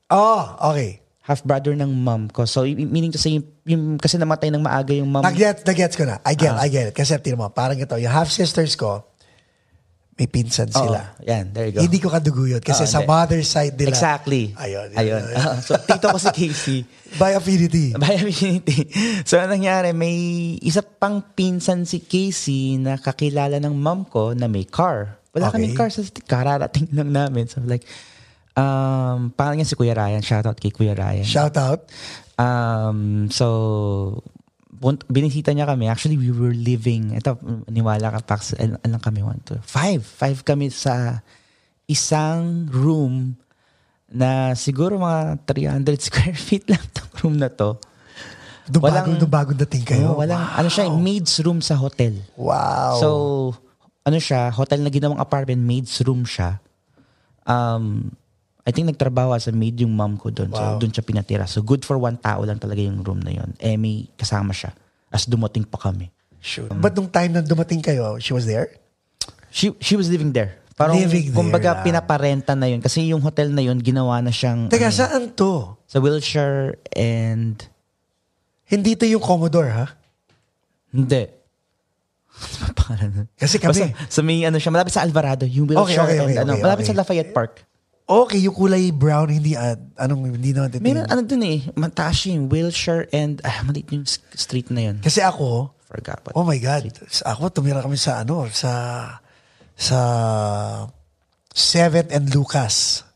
Speaker 2: Oh, okay.
Speaker 1: Half-brother ng mom ko. So, y- meaning to say, yung, yung- kasi namatay ng maaga yung mom.
Speaker 2: Nag-gets, nag-gets ko na.
Speaker 1: Ah.
Speaker 2: I get, I get it. Kasi tinan mo, parang ito, yung half-sisters ko, may pinsan
Speaker 1: Oo,
Speaker 2: sila.
Speaker 1: Yan, there you go.
Speaker 2: Hindi ko kadugo yun kasi
Speaker 1: Oo,
Speaker 2: sa
Speaker 1: hindi.
Speaker 2: mother's side nila.
Speaker 1: Exactly.
Speaker 2: Ayun. yun,
Speaker 1: Ayun.
Speaker 2: yun.
Speaker 1: Oo, [laughs] so, tito ko si
Speaker 2: [laughs]
Speaker 1: Casey.
Speaker 2: By affinity.
Speaker 1: By affinity. So, anong nangyari? May isa pang pinsan si Casey na kakilala ng mom ko na may car. Wala
Speaker 2: Okay.
Speaker 1: kaming car sa city. Kararating lang namin. So, like, um, pangalan niya si Kuya Ryan. Shoutout kay Kuya Ryan.
Speaker 2: Shout out.
Speaker 1: Um, so, bun- binisita niya kami. Actually, we were living, ito, niwala ka, Pax, al- alam kami, one, two, five. Five kami sa isang room na siguro mga 300 [laughs] square feet lang tong room na to.
Speaker 2: Doon bago,
Speaker 1: Walang-
Speaker 2: doon bago dating kayo.
Speaker 1: Oo, walang, ano siya, maid's room sa hotel.
Speaker 2: Wow.
Speaker 1: So, ano siya, hotel na ginawang apartment, maid's room siya. Um, I think nagtrabaho as a maid yung mom ko doon.
Speaker 2: Wow.
Speaker 1: So, doon siya pinatira. So, good for one tao lang talaga yung room na yun. Eh, may kasama siya. As dumating pa kami.
Speaker 2: Shoot. But nung time na dumating kayo, she was there?
Speaker 1: She, she was living there. Parang,
Speaker 2: Living there ah.
Speaker 1: kumbaga,
Speaker 2: lang.
Speaker 1: pinaparenta na yun. Kasi yung hotel na yun, ginawa na siyang
Speaker 2: Teka,
Speaker 1: ano,
Speaker 2: saan to?
Speaker 1: sa Wilshire and... [laughs]
Speaker 2: Hindi to yung Commodore, ha?
Speaker 1: Hindi. Ano ba pangalan nun?
Speaker 2: Kasi
Speaker 1: Basta
Speaker 2: kami-
Speaker 1: sa may ano siya, malapit sa Alvarado, yung Wilshire
Speaker 2: Okay,
Speaker 1: and
Speaker 2: okay, okay,
Speaker 1: ano,
Speaker 2: okay,
Speaker 1: malapit
Speaker 2: okay.
Speaker 1: sa Lafayette Park.
Speaker 2: Okay, yung kulay brown, hindi, ah, anong, hindi naman
Speaker 1: Meron
Speaker 2: titingin.
Speaker 1: ano dun eh, mataas siya yung Wilshire and, ah, maliit yung s- street na yun.
Speaker 2: Kasi ako,
Speaker 1: Forgot what.
Speaker 2: oh my God, ako tumira kami sa ano, sa, sa 7th and Lucas.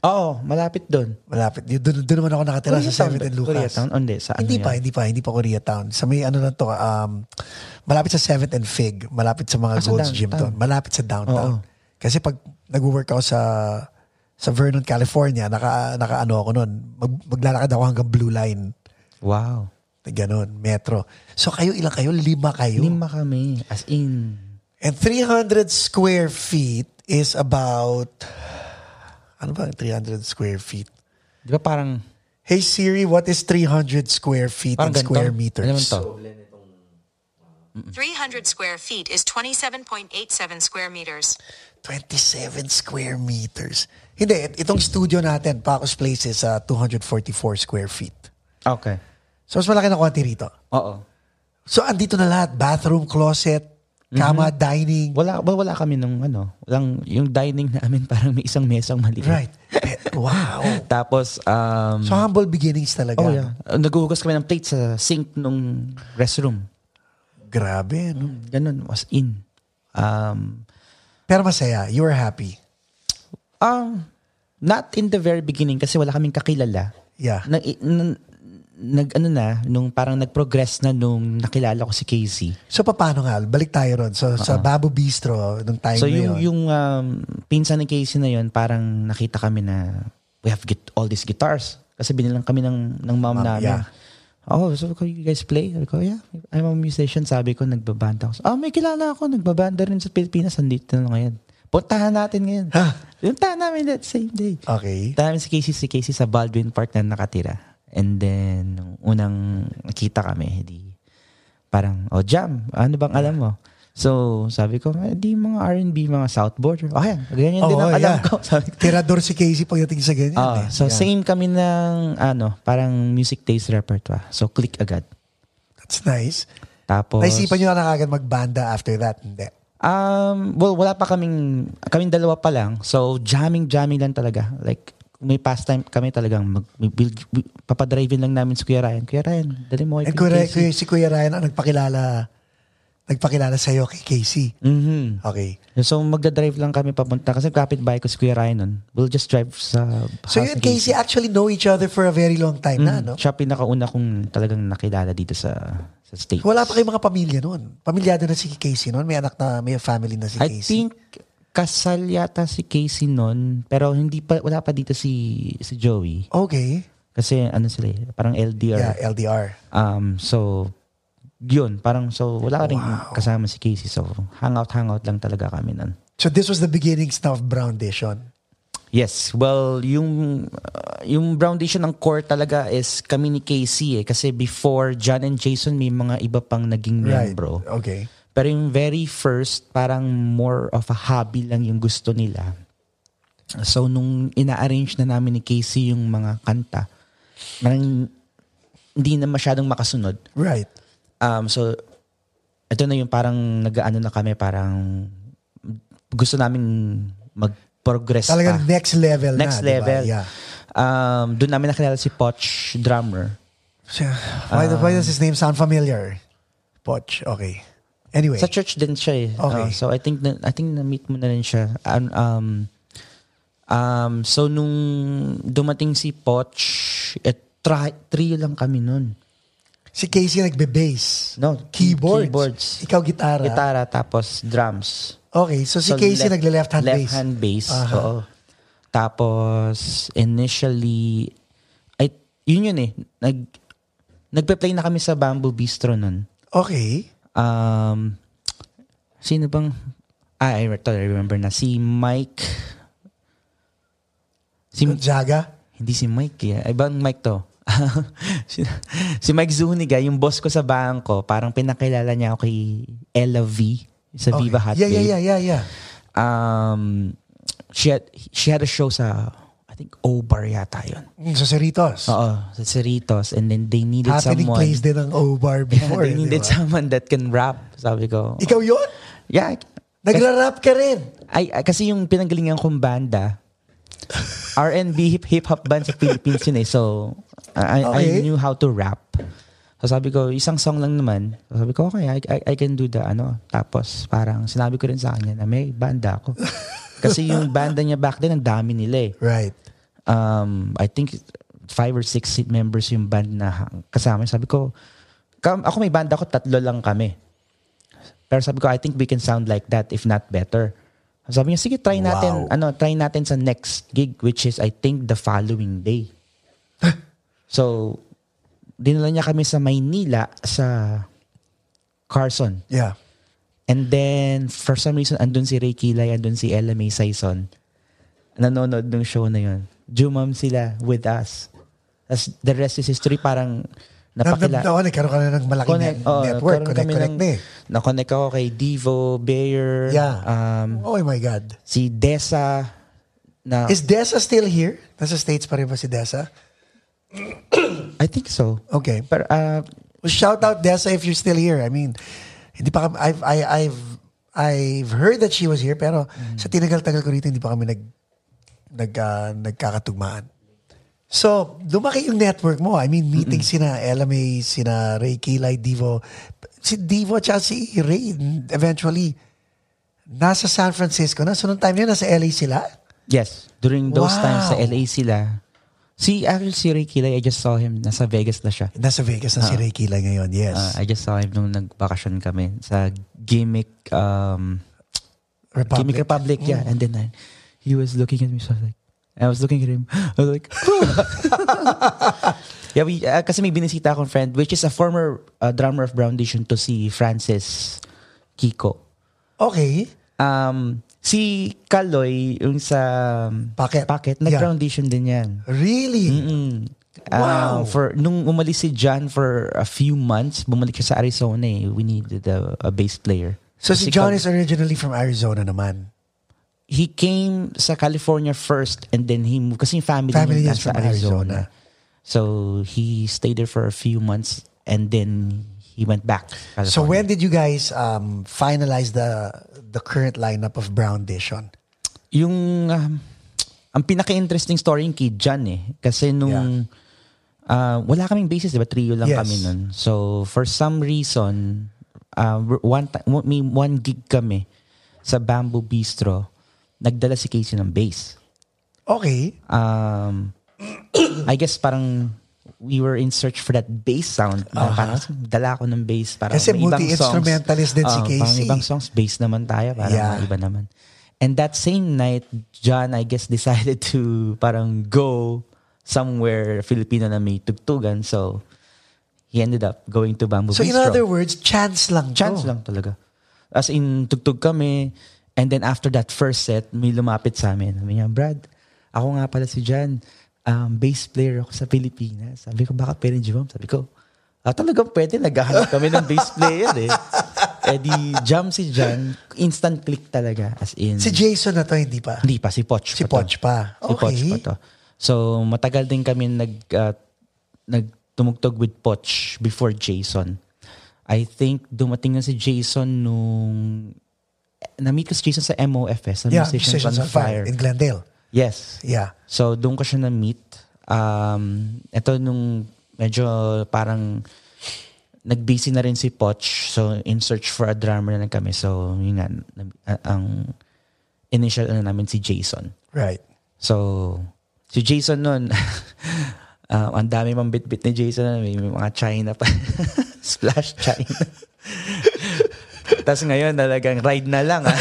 Speaker 1: Oo, malapit dun.
Speaker 2: Malapit. Yun- Doon, doon naman ako nakatira sa 7th and Lucas.
Speaker 1: Koreatown, hindi, sa ano
Speaker 2: hindi
Speaker 1: yan?
Speaker 2: pa, hindi pa, hindi pa Koreatown. Sa may ano na to, um, malapit sa 7th and Fig, malapit sa mga
Speaker 1: Ah, sa
Speaker 2: Gold's Gym
Speaker 1: downtown.
Speaker 2: doon. Malapit sa
Speaker 1: Oo.
Speaker 2: downtown. Kasi pag nag-work ako sa sa Vernon, California, naka, naka ano ako noon, mag, maglalakad ako hanggang Blue Line.
Speaker 1: Wow.
Speaker 2: Ganon, metro. So kayo, ilang kayo? Lima kayo.
Speaker 1: Lima kami, as in.
Speaker 2: And 300 square feet is about, ano ba ang 300 square feet?
Speaker 1: Di ba parang,
Speaker 2: Hey Siri, what is 300 square feet
Speaker 1: parang
Speaker 2: in
Speaker 1: ganito?
Speaker 2: square meters?
Speaker 1: Ano naman to?
Speaker 3: 300 square feet is 27.87 square meters.
Speaker 2: 27 square meters. Hindi, it- itong studio natin, Pacos Place, is uh, 244 square feet.
Speaker 1: Okay.
Speaker 2: So, mas malaki na konti rito.
Speaker 1: Oo.
Speaker 2: So, andito na lahat. Bathroom, closet,
Speaker 1: Mhm.
Speaker 2: kama, dining.
Speaker 1: Wala, wala, wala kami nung ano, lang, yung dining namin [laughs] parang may isang mesang maliit.
Speaker 2: Right. Eh, wow.
Speaker 1: Tapos, um,
Speaker 2: So, humble beginnings talaga.
Speaker 1: oh yeah, Uh, naghuhugas kami ng plate sa sink nung restroom.
Speaker 2: Grabe, no?
Speaker 1: Ganun, was in. Um,
Speaker 2: Pero masaya. You were happy.
Speaker 1: um, not in the very beginning kasi wala kaming kakilala.
Speaker 2: Yeah.
Speaker 1: Nag, i- n- nag ano na, nung parang nag-progress na nung nakilala ko si Casey.
Speaker 2: So, paano nga? Balik tayo ron. So, sa Babu Bistro, nung time
Speaker 1: Uh-huh. So
Speaker 2: na
Speaker 1: yung
Speaker 2: ano yun.
Speaker 1: yung um, pinsan ni Casey na yun, parang nakita kami na we have get all these guitars kasi binilang kami ng ng mom
Speaker 2: Mom,
Speaker 1: namin.
Speaker 2: yeah.
Speaker 1: Oh, so ko, you guys play? Sabi ko, yeah. I'm a musician. Sabi ko, nagbabanda ako. Ah, may kilala ako. Nagbabanda rin sa Pilipinas. Andito na ngayon. Puntahan natin ngayon. Puntahan namin that same day.
Speaker 2: Okay.
Speaker 1: Puntahan namin si Casey, si Casey sa Baldwin Park na nakatira. And then, nung unang nakita kami, di parang, oh, jam, ano bang alam mo? So, sabi ko, eh, di mga R&B, mga Southboard. Oh, yan. Ganyan din ang alam
Speaker 2: yeah.
Speaker 1: ko. [laughs] Sabi ko.
Speaker 2: Tirador si Casey pagdating sa ganyan.
Speaker 1: Ah,
Speaker 2: eh.
Speaker 1: so,
Speaker 2: Yeah.
Speaker 1: same kami ng, ano, parang music taste repertoire. So, click agad.
Speaker 2: That's nice.
Speaker 1: Tapos,
Speaker 2: Naisipan nyo na kagad magbanda after that? Hindi.
Speaker 1: Um, well, wala pa kaming, kaming dalawa pa lang. So, jamming-jamming lang talaga. Like, may pastime kami talagang mag, may build, papadrive lang namin si Kuya Ryan. Kuya Ryan, dali mo kay
Speaker 2: And Eh, kuya,
Speaker 1: Casey.
Speaker 2: kuya, si Kuya Ryan ang nagpakilala, nagpakilala sa'yo kay Casey.
Speaker 1: Mhm.
Speaker 2: Okay.
Speaker 1: So, magdadrive lang kami papunta. Kasi kapit-bahay ko si Kuya Ryan nun. We'll just drive sa
Speaker 2: So you and Casey actually know each other for a very long time na,
Speaker 1: Mm-hmm.
Speaker 2: no?
Speaker 1: Siya pinakauna kong talagang nakilala dito sa, sa States.
Speaker 2: Wala pa kayong mga pamilya noon. Pamilyado na si Casey noon. May anak na, may family na si
Speaker 1: I
Speaker 2: Casey.
Speaker 1: think kasal yata si Casey nun. Pero hindi pa, wala pa dito si, si Joey.
Speaker 2: Okay.
Speaker 1: Kasi ano sila eh, parang LDR.
Speaker 2: Yeah, LDR.
Speaker 1: Um, so, yun, parang so wala rin kasama si Casey. So, hangout, hangout lang talaga kami nun.
Speaker 2: So this was the beginnings now of Brown Dishon.
Speaker 1: Yes, well, yung uh, yung foundation ng core talaga is kami ni Casey eh. Kasi before John and Jason, may mga iba pang naging
Speaker 2: Right.
Speaker 1: membro.
Speaker 2: Okay.
Speaker 1: Pero yung very first, parang more of a hobby lang yung gusto nila. So, nung ina-arrange na namin ni Casey yung mga kanta, parang hindi na masyadong makasunod.
Speaker 2: Right.
Speaker 1: Um, so, ito na yung parang nag-ano na kami, parang gusto namin mag-progress
Speaker 2: Talaga
Speaker 1: pa.
Speaker 2: next level na.
Speaker 1: Ah. Next
Speaker 2: diba?
Speaker 1: level.
Speaker 2: Yeah.
Speaker 1: Um, doon namin nakilala si Poch, drummer.
Speaker 2: So, why, why
Speaker 1: Ah.
Speaker 2: does his name sound familiar? Poch. Okay. Anyway.
Speaker 1: Sa church din siya eh. Uh,
Speaker 2: Okay.
Speaker 1: so I think na, I think na meet mo na rin siya. An- Um, um, so nung dumating si Poch, eh, tri- trio lang kami noon.
Speaker 2: Si Casey nagbe-bass.
Speaker 1: No,
Speaker 2: Keyboards.
Speaker 1: keyboards.
Speaker 2: Ikaw gitara.
Speaker 1: Gitara tapos drums.
Speaker 2: Okay, so si
Speaker 1: So,
Speaker 2: Casey
Speaker 1: left-
Speaker 2: nagle-left hand bass.
Speaker 1: Left hand bass,
Speaker 2: Aha.
Speaker 1: oo. Tapos, initially, ay, yun yun eh. Nag, nagpe-play na kami sa Bamboo Bistro nun.
Speaker 2: Okay.
Speaker 1: Um, sino bang, ah, I re- totally remember na. Si Mike, si,
Speaker 2: Gonzaga.
Speaker 1: hindi si Mike eh. Ibang Mike to. [laughs] si, si Mike Zuniga, yung boss ko sa bangko, parang pinakilala niya ako kay Ella V sa
Speaker 2: Okay.
Speaker 1: Viva Hot
Speaker 2: yeah,
Speaker 1: Babe
Speaker 2: yeah, yeah, yeah, yeah.
Speaker 1: um she had she had a show sa I think O-Bar yata yun.
Speaker 2: Mm, Sa Cerritos.
Speaker 1: Oo, sa Cerritos. And then they needed
Speaker 2: Happening
Speaker 1: Oh, someone.
Speaker 2: place din ang
Speaker 1: [laughs]
Speaker 2: O-Bar before.
Speaker 1: they
Speaker 2: eh, di
Speaker 1: needed
Speaker 2: ba?
Speaker 1: someone that can rap. Sabi ko.
Speaker 2: Ikaw yun?
Speaker 1: Yeah. Kasi,
Speaker 2: Nagra-rap ka rin.
Speaker 1: ay, ay, kasi yung pinanggalingan kong banda, R&B hip hip hop band sa Philippines yun eh. So, I, I- I
Speaker 2: Okay.
Speaker 1: knew how to rap. So sabi ko, isang song lang naman. So sabi ko, okay, I, I, I can do the ano. Tapos parang sinabi ko rin sa kanya na may banda [laughs] ako. Kasi yung banda niya back then, ang dami nila eh.
Speaker 2: Right.
Speaker 1: um, I think five or six seat members yung band na ha- kasama. Sabi ko, kam- ako may band ako, tatlo lang kami. Pero sabi ko, I think we can sound like that if not better. Sabi niya, sige, try natin,
Speaker 2: Wow.
Speaker 1: ano, try natin sa next gig, which is, I think, the following day. so, dinala niya kami sa Maynila, sa Carson.
Speaker 2: Yeah.
Speaker 1: And then, for some reason, andun si Ray Kilay, andun si Ella May Saison. Nanonood ng show na yun. Jumam sila with us. Tapos the rest is history. Parang napakila.
Speaker 2: Napakila. Oo, oh, nagkaroon ka na ng malaking
Speaker 1: Connect,
Speaker 2: net-
Speaker 1: oo,
Speaker 2: network.
Speaker 1: nagkaroon
Speaker 2: Connect,
Speaker 1: kami
Speaker 2: connect
Speaker 1: ng-
Speaker 2: na eh.
Speaker 1: Na-connect ako kay Devo, Bayer,
Speaker 2: Yeah.
Speaker 1: um,
Speaker 2: oh my God.
Speaker 1: si Desa. Na,
Speaker 2: Is Dessa still here? Nasa States pa rin ba si Dessa?
Speaker 1: I think so.
Speaker 2: Okay.
Speaker 1: Pero, uh,
Speaker 2: Well, shout out Dessa if you're still here. I mean, hindi pa kami, I've, I, I've, I've heard that she was here, pero sa tinagal-tagal ko rito, hindi pa kami nag, nag, ah, nagkakatugmaan. So, lumaki yung network mo. I mean, meeting sina Ella May, sina Ray Kilay, Divo. Si Divo at saka si Ray, eventually, nasa San Francisco na. So, nung time na yun, nasa LA sila.
Speaker 1: yes, during those
Speaker 2: Wow.
Speaker 1: times sa LA sila, si, actually si Ray Kilay, I just saw him. Nasa Vegas na siya.
Speaker 2: Nasa Vegas na si Ray Kilay ngayon, yes.
Speaker 1: Uh, I just saw him nung nagbakasyon kami sa Gimmick um,
Speaker 2: Republic.
Speaker 1: Gimmick Republic,
Speaker 2: Mm.
Speaker 1: yeah. And then I, he was looking at me, so I was like, I was looking at him. [laughs] I was like, yeah, we, uh, kasi may binisita akong friend, which is a former uh, drummer of Brown Division to si Francis Kiko.
Speaker 2: Okay.
Speaker 1: Um, si Kaloy, yung sa um,
Speaker 2: Packet.
Speaker 1: Packet,
Speaker 2: Yeah.
Speaker 1: nag-Brown Division din yan.
Speaker 2: Really?
Speaker 1: Mm.
Speaker 2: Wow.
Speaker 1: Um, for nung umalis si John for a few months, bumalik siya sa Arizona eh. We needed a, a bass player.
Speaker 2: So si
Speaker 1: Kasi
Speaker 2: John
Speaker 1: Cal-
Speaker 2: is originally from Arizona naman.
Speaker 1: he came sa California first and then he moved kasi yung family,
Speaker 2: Family
Speaker 1: niya nasa
Speaker 2: is from Arizona.
Speaker 1: Arizona. So he stayed there for a few months and then he went back. to California.
Speaker 2: So when did you guys um, finalize the the current lineup of Brown Division?
Speaker 1: yung um, ang pinaka-interesting story yung kay John eh kasi nung ah,
Speaker 2: Yeah.
Speaker 1: wala kaming basis, 'di ba? Trio lang
Speaker 2: Yes.
Speaker 1: kami nun. So for some reason, ah, we're- one ti- one- may one gig kami sa Bamboo Bistro, nagdala si Casey ng bass.
Speaker 2: Okay.
Speaker 1: Um I guess parang we were in search for that bass sound. Na Parang dala ko ng bass. Parang
Speaker 2: Kasi
Speaker 1: may ibang songs.
Speaker 2: multi-instrumentalist din si
Speaker 1: Ah, parang
Speaker 2: Casey.
Speaker 1: ibang songs, bass naman tayo. Parang
Speaker 2: Yeah.
Speaker 1: iba naman. And that same night, John, I guess, [laughs] decided to parang go somewhere Filipino na may tugtugan. So, he ended up going to Bamboo
Speaker 2: So in
Speaker 1: Bistro.
Speaker 2: other words, chance lang. to.
Speaker 1: Chance lang talaga. As in, tugtog kami. And then after that first set, may lumapit sa amin. Sabi niya, Brad, ako nga pala si Jan. Um, bass player ako sa Pilipinas. Sabi ko, baka pwede jump. Sabi ko, ah, talagang pwede. Naghahanap kami ng bass player eh. Eh di, jump si Jan. Instant click talaga. As in,
Speaker 2: Si Jason na to, hindi pa.
Speaker 1: hindi pa, si Poch.
Speaker 2: Si
Speaker 1: pa to.
Speaker 2: Poch pa.
Speaker 1: Si Poch
Speaker 2: Okay.
Speaker 1: pa to. So, matagal din kami nag, uh, nagtumugtog with Poch before Jason. I think dumating na si Jason nung... Na-meet ko si Jason sa MOFS, sa
Speaker 2: Yeah,
Speaker 1: Musicians, on, Fire.
Speaker 2: in Glendale.
Speaker 1: Yes.
Speaker 2: Yeah.
Speaker 1: So, doon ko siya na-meet. Um, ito nung medyo parang nag-busy na rin si Poch. So, in search for a drummer na lang kami. So, yun nga, nab- a- ang initial ano namin si Jason.
Speaker 2: Right.
Speaker 1: So, si Jason nun, [laughs] ah, ang dami mang bit-bit ni Jason. nun. May may mga China pa. [laughs] Splash China. [laughs] Tapos ngayon, talagang ride na lang.
Speaker 2: [laughs]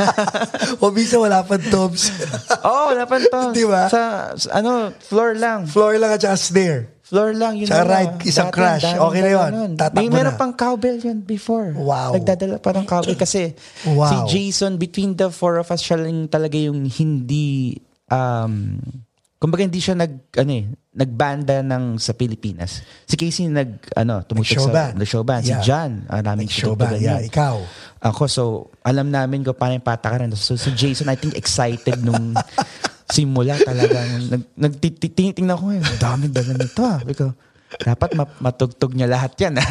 Speaker 1: Ah.
Speaker 2: O minsan wala pa toms.
Speaker 1: Oo,
Speaker 2: [laughs]
Speaker 1: oh, wala pa to.
Speaker 2: Di ba?
Speaker 1: Sa, sa ano, floor lang.
Speaker 2: Floor lang at saka snare.
Speaker 1: Floor lang, yun
Speaker 2: Tsaka
Speaker 1: na
Speaker 2: ride,
Speaker 1: lang.
Speaker 2: isang
Speaker 1: Dati,
Speaker 2: crash.
Speaker 1: dami
Speaker 2: Okay na
Speaker 1: dala
Speaker 2: yun.
Speaker 1: nun.
Speaker 2: Tatakbo
Speaker 1: May meron
Speaker 2: na.
Speaker 1: pang cowbell yun before.
Speaker 2: Wow.
Speaker 1: Nagdadala pa ng cowbell kasi si
Speaker 2: Wow.
Speaker 1: Jason, between the four of us, siya lang talaga yung hindi, um, kumbaga hindi siya nag, ano eh, nagbanda ng sa Pilipinas. Si Casey nag, ano, tumutog
Speaker 2: Nag-show
Speaker 1: sa
Speaker 2: band.
Speaker 1: the show band.
Speaker 2: Yeah.
Speaker 1: Si John, ang ah, daming
Speaker 2: Show ba?
Speaker 1: tutugtugan
Speaker 2: Yeah,
Speaker 1: yun.
Speaker 2: ikaw. [laughs]
Speaker 1: Ako, so, alam namin ko paano yung patakaran. So, si Jason, I think, excited nung simula talaga. Nag, nagtitingnan ko ngayon, ang dami dala nito ah. Because, dapat ma- matugtog niya lahat yan.
Speaker 2: [laughs]
Speaker 1: ah.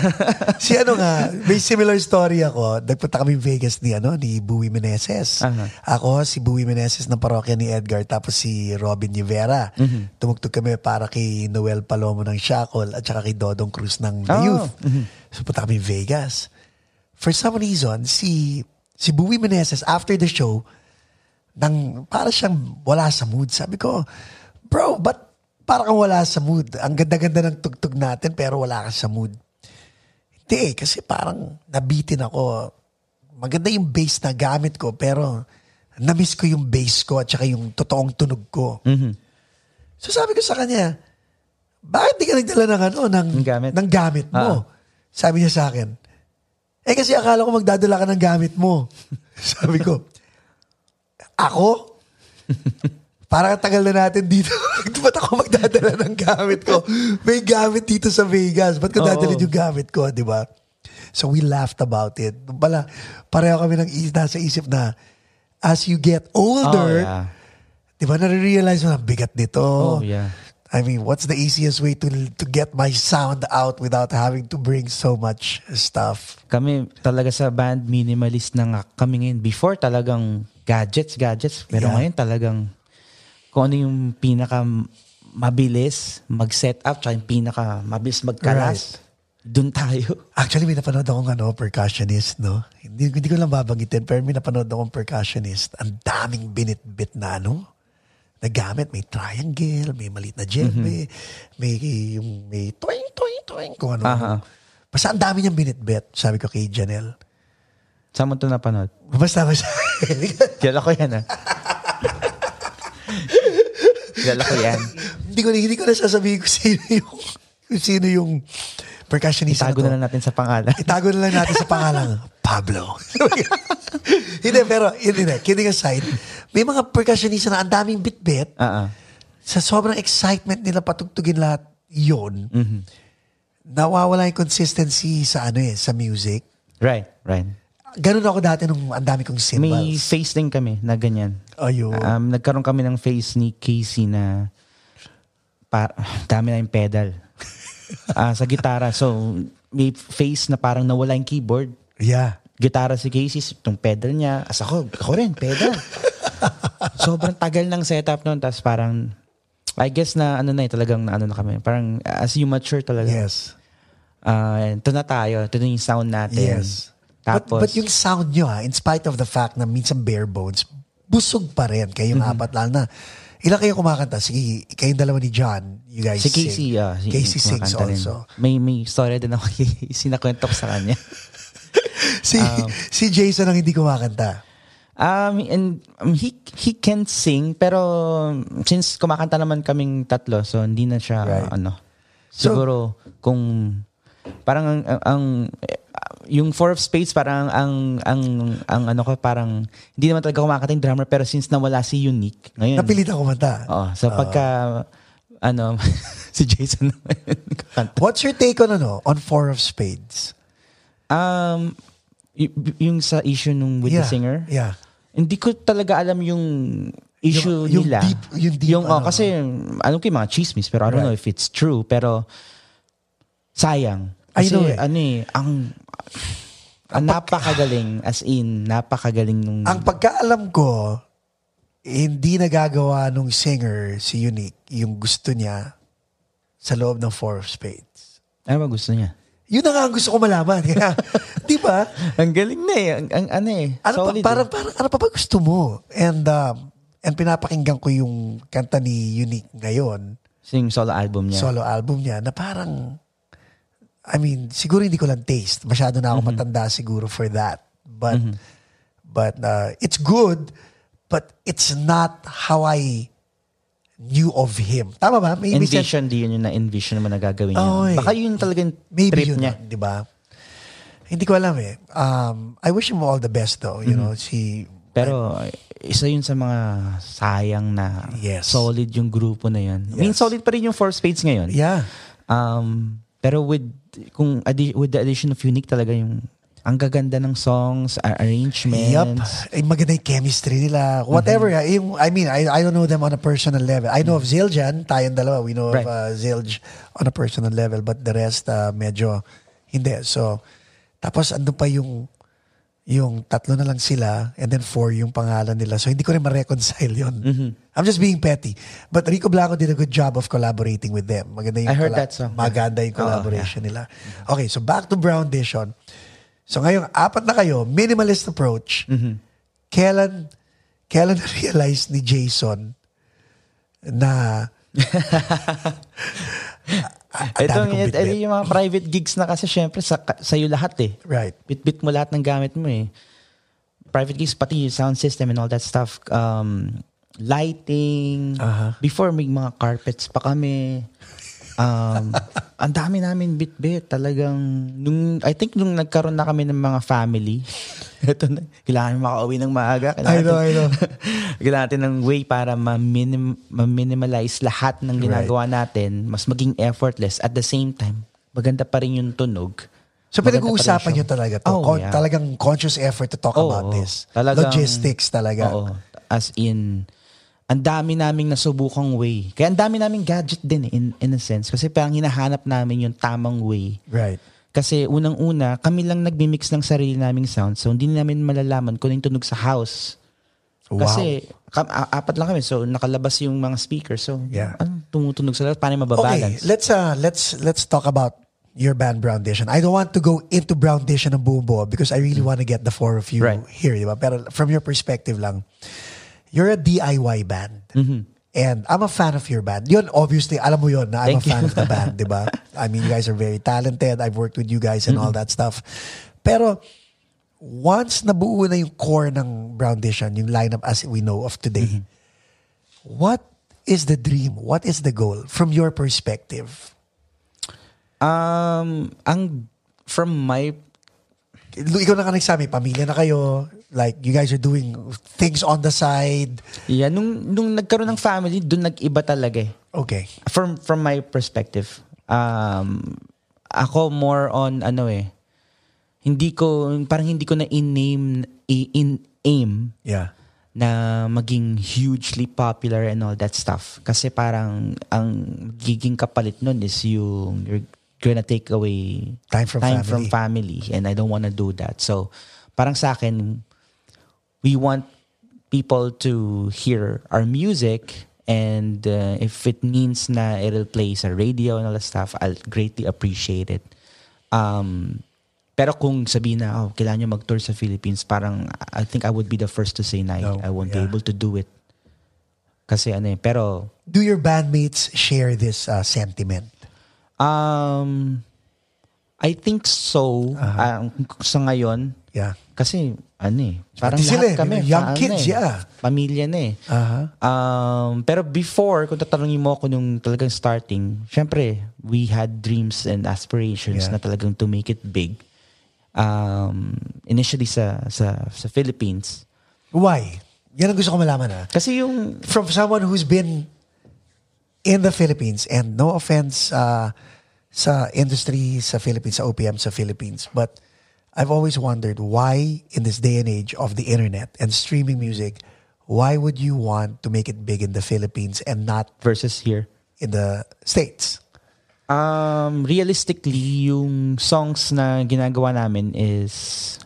Speaker 2: si ano nga, may similar story ako. Nagpunta kami Vegas ni ano ni Buwi Meneses.
Speaker 1: Aha.
Speaker 2: Ako si Buwi Meneses ng parokya ni Edgar tapos si Robin Rivera.
Speaker 1: Mhm.
Speaker 2: Tumugtog kami para kay Noel Palomo ng Shackle at saka kay Dodong Cruz ng The
Speaker 1: Oh.
Speaker 2: Youth. So punta kami Vegas. For some reason, si si Buwi Meneses after the show nang para siyang wala sa mood. Sabi ko, bro, but parang kang wala sa mood. Ang ganda-ganda ng tugtog natin pero wala ka sa mood. Hindi eh, kasi parang nabitin ako. Maganda yung bass na gamit ko, pero namiss ko yung bass ko at saka yung totoong tunog ko.
Speaker 1: Mm-hmm.
Speaker 2: So sabi ko sa kanya, bakit di ka nagdala ng ano, ng,
Speaker 1: Ng gamit? Ah.
Speaker 2: ng gamit mo? Sabi niya sa akin, eh kasi akala ko magdadala ka ng gamit mo. [laughs] sabi ko, ako? Parang ang tagal na natin dito. [laughs] Ba't ako magdadala ng gamit ko? May gamit dito sa Vegas. Ba't ko
Speaker 1: Oo.
Speaker 2: dadalhin yung gamit ko, di ba? So we laughed about it. Nung Pala, pareho kami ng is- nasa isip na as you get older,
Speaker 1: Oh, yeah.
Speaker 2: di ba, nare-realize mo na bigat nito.
Speaker 1: Oh, yeah.
Speaker 2: I mean, what's the easiest way to to get my sound out without having to bring so much stuff?
Speaker 1: Kami talaga sa band, minimalist na nga kami ngayon. Before talagang gadgets, gadgets. Pero
Speaker 2: Yeah.
Speaker 1: ngayon talagang kung ano yung pinaka mabilis mag-set up, tsaka yung pinaka mabilis magkalas, dun tayo.
Speaker 2: Actually, may napanood akong ano, percussionist, no? Hindi, hindi ko lang babanggitin, pero may napanood akong percussionist. Ang daming binitbit na ano, na gamit. May triangle, may maliit na djembe, may, yung, may toing, toing, toing, kung ano.
Speaker 1: Mm-hmm. Aha.
Speaker 2: Basta ang dami niyang binitbit, sabi ko kay Janelle.
Speaker 1: Saan mo ito napanood?
Speaker 2: Basta, basta. [laughs]
Speaker 1: Kilala ko yan ah. Kilala ko yan.
Speaker 2: hindi ko, na- hindi ko na sasabihin kung sino yung, kung sino yung percussionist.
Speaker 1: Itago
Speaker 2: to.
Speaker 1: na lang natin sa
Speaker 2: [laughs]
Speaker 1: pangalan.
Speaker 2: Itago na lang natin sa pangalan, Pablo. [laughs] hindi, pero, hindi, hindi, kidding aside, may mga percussionista na ang daming bitbit.
Speaker 1: Oo.
Speaker 2: Sa sobrang excitement nila patugtugin lahat yon nawawala yung consistency sa ano eh, sa music.
Speaker 1: Right, right.
Speaker 2: Ganun ako dati nung ang dami kong
Speaker 1: May
Speaker 2: cymbals.
Speaker 1: face din kami na ganyan.
Speaker 2: Ayun.
Speaker 1: Um, nagkaroon kami ng face ni Casey na par- [sighs] dami na yung pedal. Ah, sa gitara. So, may face na parang nawala yung keyboard.
Speaker 2: yeah.
Speaker 1: Gitara si Casey, itong pedal niya. As ako, ako rin,
Speaker 2: [laughs]
Speaker 1: pedal. Sobrang tagal ng setup noon. Tapos parang, I guess na ano na eh, talagang na ano na kami. Parang as you mature talaga.
Speaker 2: Yes.
Speaker 1: Ah, ito na tayo. Ito na yung sound natin.
Speaker 2: Yes.
Speaker 1: Tapos,
Speaker 2: but, but yung sound nyo ha, in spite of the fact na minsan bare bones, busog pa rin kayong
Speaker 1: Mm-hmm.
Speaker 2: apat lalo na. Ilan kayo kumakanta? Sige, kayong dalawa ni John, you guys
Speaker 1: si Casey,
Speaker 2: sing.
Speaker 1: ah, si-
Speaker 2: Casey sings
Speaker 1: kumakanta rin.
Speaker 2: also. [laughs]
Speaker 1: May, may story din ako [laughs] kay sinakwento ko sa kanya.
Speaker 2: Si, si Jason ang hindi kumakanta.
Speaker 1: Um, and um, he he can sing pero um, since kumakanta naman kaming tatlo so hindi na siya
Speaker 2: Right.
Speaker 1: ano.
Speaker 2: So-
Speaker 1: Siguro kung parang ang, ang, ang- yung four of spades parang ang ang ang ano ko parang hindi naman talaga kumakanta yung drummer pero since nawala si Unique ngayon.
Speaker 2: Napilitan kumanta.
Speaker 1: Oo, so pagka ano [laughs] si Jason naman kakanta.
Speaker 2: What's your take on ano? On Four of Spades?
Speaker 1: Um y- yung sa issue nung with
Speaker 2: yeah.
Speaker 1: the singer.
Speaker 2: Yeah.
Speaker 1: Hindi ko talaga alam yung issue
Speaker 2: Yung- yung
Speaker 1: nila.
Speaker 2: deep- yung deep,
Speaker 1: oh,
Speaker 2: ano.
Speaker 1: kasi ano ko yung mga chismis pero I don't know if it's true pero sayang.
Speaker 2: I
Speaker 1: Kasi
Speaker 2: know eh.
Speaker 1: ano eh, ang, ang napakagaling as in napakagaling nung
Speaker 2: Ang pagkaalam ko, hindi nagagawa nung singer si Unique yung gusto niya sa loob ng Four of Spades.
Speaker 1: ano ba gusto niya.
Speaker 2: Yun na nga ang gusto ko malaman. [laughs] Kaya, Di ba?
Speaker 1: Ang galing na eh. Ang, ang ano eh.
Speaker 2: Ano pa,
Speaker 1: solid eh.
Speaker 2: para, para, ano pa ba gusto mo? And, um, and pinapakinggan ko yung kanta ni Unique ngayon,
Speaker 1: Sing solo album niya.
Speaker 2: solo album niya, na parang, I mean, siguro hindi ko lang taste. Masyado na ako
Speaker 1: Mm-hmm.
Speaker 2: matanda siguro for that. But, but uh, it's good, but it's not how I knew of him. Tama ba? May, may sense-
Speaker 1: envision di yun yung na-envision naman na gagawin niya.
Speaker 2: Oo eh.
Speaker 1: Baka yun talaga yung
Speaker 2: Maybe
Speaker 1: trip
Speaker 2: yun,
Speaker 1: niya.
Speaker 2: di ba? Hindi ko alam eh. Um, I wish him all the best though.
Speaker 1: Mm-hmm.
Speaker 2: You know, si
Speaker 1: Pero isa yun sa mga sayang na
Speaker 2: Yes.
Speaker 1: solid yung grupo na yun. I mean,
Speaker 2: Yes.
Speaker 1: solid pa rin yung Four Spades ngayon.
Speaker 2: Yeah.
Speaker 1: Um, pero with kung addi- with the addition of Unique talaga yung ang ang gaganda ng songs, a- arrangements.
Speaker 2: Yup. Ay, maganda yung chemistry nila.
Speaker 1: Mm-hmm.
Speaker 2: Whatever. ah, yung- I mean, I, I don't know them on a personal level. I know of Zildjian, tayong dalawa. We know
Speaker 1: Right.
Speaker 2: of uh, Zildj on a personal level. But the rest, uh, medyo hindi. So, tapos ano pa yung yung tatlo na lang sila and then four yung pangalan nila. So, hindi ko rin ma-reconcile yun.
Speaker 1: Mm-hmm.
Speaker 2: I'm just being petty. But Rico Blanco did a good job of collaborating with them. Maganda yung
Speaker 1: I heard
Speaker 2: colla-
Speaker 1: that song.
Speaker 2: Maganda yung collaboration nila. Okay, so back to Brown Dition. So ngayon, apat na kayo, minimalist approach.
Speaker 1: Mm-hmm.
Speaker 2: Kailan, kailan [laughs] na-realize ni Jason
Speaker 1: [laughs]
Speaker 2: na Ah, ang dami
Speaker 1: Ito,
Speaker 2: kong
Speaker 1: it-
Speaker 2: bitbit.
Speaker 1: yung mga private gigs na kasi syempre sa, sa'yo lahat eh.
Speaker 2: Right.
Speaker 1: Bitbit mo lahat ng gamit mo eh. Private gigs, pati yung sound system and all that stuff. Um, lighting.
Speaker 2: Aha.
Speaker 1: Before may mga carpets pa kami.
Speaker 2: [laughs]
Speaker 1: Um, ang dami namin bitbit. Talagang, nung, I think nung nagkaroon na kami ng mga family, [laughs] ito na, kailangan namin makauwi ng maaga. Kailangan
Speaker 2: I know,
Speaker 1: natin- [laughs]
Speaker 2: I know.
Speaker 1: kailangan natin ng way para ma-minim- ma-minimalize lahat ng ginagawa natin, mas maging effortless. At the same time, maganda pa rin yung tunog.
Speaker 2: So
Speaker 1: Maganda
Speaker 2: pinag-uusapan
Speaker 1: pa rin
Speaker 2: nyo
Speaker 1: siya.
Speaker 2: talaga to.
Speaker 1: Oh,
Speaker 2: Con-
Speaker 1: yeah.
Speaker 2: Talagang conscious effort to talk
Speaker 1: Oo, oo.
Speaker 2: about this.
Speaker 1: Talagang-
Speaker 2: Logistics talaga.
Speaker 1: Oo. As in, ang dami naming nasubukang way. Kaya ang dami naming gadget din eh, in, in a sense. Kasi parang hinahanap namin yung tamang way.
Speaker 2: Right.
Speaker 1: Kasi unang-una, kami lang nagmimix ng sarili naming sound. So hindi namin malalaman kung ano yung tunog sa house.
Speaker 2: Wow.
Speaker 1: Kasi kam- a- apat lang kami. So nakalabas yung mga speakers. So
Speaker 2: Yeah.
Speaker 1: ano, tumutunog sa lahat. Paano
Speaker 2: Okay,
Speaker 1: mababalance?
Speaker 2: let's uh let's let's talk about your band Brown Dition. I don't want to go into Brown Dition and Bumbo because I really want to get the four of you
Speaker 1: Right.
Speaker 2: here, di ba? Pero from your perspective lang, you're a DIY band.
Speaker 1: Mm-hmm.
Speaker 2: And I'm a fan of your band. Yun, obviously, alam mo yun na I'm
Speaker 1: Thank
Speaker 2: a fan
Speaker 1: you.
Speaker 2: of the band,
Speaker 1: [laughs]
Speaker 2: di ba? I mean, you guys are very talented. I've worked with you guys and
Speaker 1: Mm-hmm.
Speaker 2: all that stuff. Pero once nabuo na yung core ng Brown Dition, yung lineup as we know of today,
Speaker 1: Mm-hmm.
Speaker 2: what is the dream? What is the goal from your perspective?
Speaker 1: Um, ang from my
Speaker 2: Lu- Ikaw na ka nagsabi, pamilya na kayo, like you guys are doing things on the side.
Speaker 1: yeah, nung nung nagkaroon ng family, doon nag-iba talaga eh.
Speaker 2: Okay.
Speaker 1: From from my perspective. Um ako more on ano eh. Hindi ko parang hindi ko na in-name in aim
Speaker 2: Yeah.
Speaker 1: na maging hugely popular and all that stuff. Kasi parang ang giging kapalit nun is yung you're gonna take away
Speaker 2: Time from
Speaker 1: from
Speaker 2: family.
Speaker 1: family and I don't wanna do that. So parang sa akin, we want people to hear our music and uh, if it means na it'll play sa radio and all that stuff, I'll greatly appreciate it. Um, pero kung sabihin na, oh, kailangan nyo mag-tour sa Philippines, parang I think I would be the first to say na I-
Speaker 2: No,
Speaker 1: I won't be
Speaker 2: yeah.
Speaker 1: able to do it. Kasi ano eh, pero
Speaker 2: Do your bandmates share this uh, sentiment?
Speaker 1: um, I think so ah,
Speaker 2: Uh-huh.
Speaker 1: sa ngayon.
Speaker 2: Yeah.
Speaker 1: Kasi ano eh, parang
Speaker 2: Pati sila
Speaker 1: lahat
Speaker 2: eh,
Speaker 1: kami.
Speaker 2: young
Speaker 1: ano
Speaker 2: kids,
Speaker 1: eh,
Speaker 2: yeah.
Speaker 1: Pamilya na eh.
Speaker 2: Aha.
Speaker 1: Um, pero before, kung tatanungin mo ako nung talagang starting, syempre, we had dreams and aspirations na
Speaker 2: Yeah.
Speaker 1: talagang to make it big. Um, initially sa, sa, sa Philippines.
Speaker 2: Why? Yan ang gusto ko malaman ah.
Speaker 1: Kasi yung,
Speaker 2: From someone who's been in the Philippines and no offense uh, sa industry sa Philippines, sa OPM sa Philippines, but I've always wondered why in this day and age of the internet and streaming music, why would you want to make it big in the Philippines and not
Speaker 1: versus here,
Speaker 2: in the States?
Speaker 1: um, realistically, yung songs na ginagawa namin is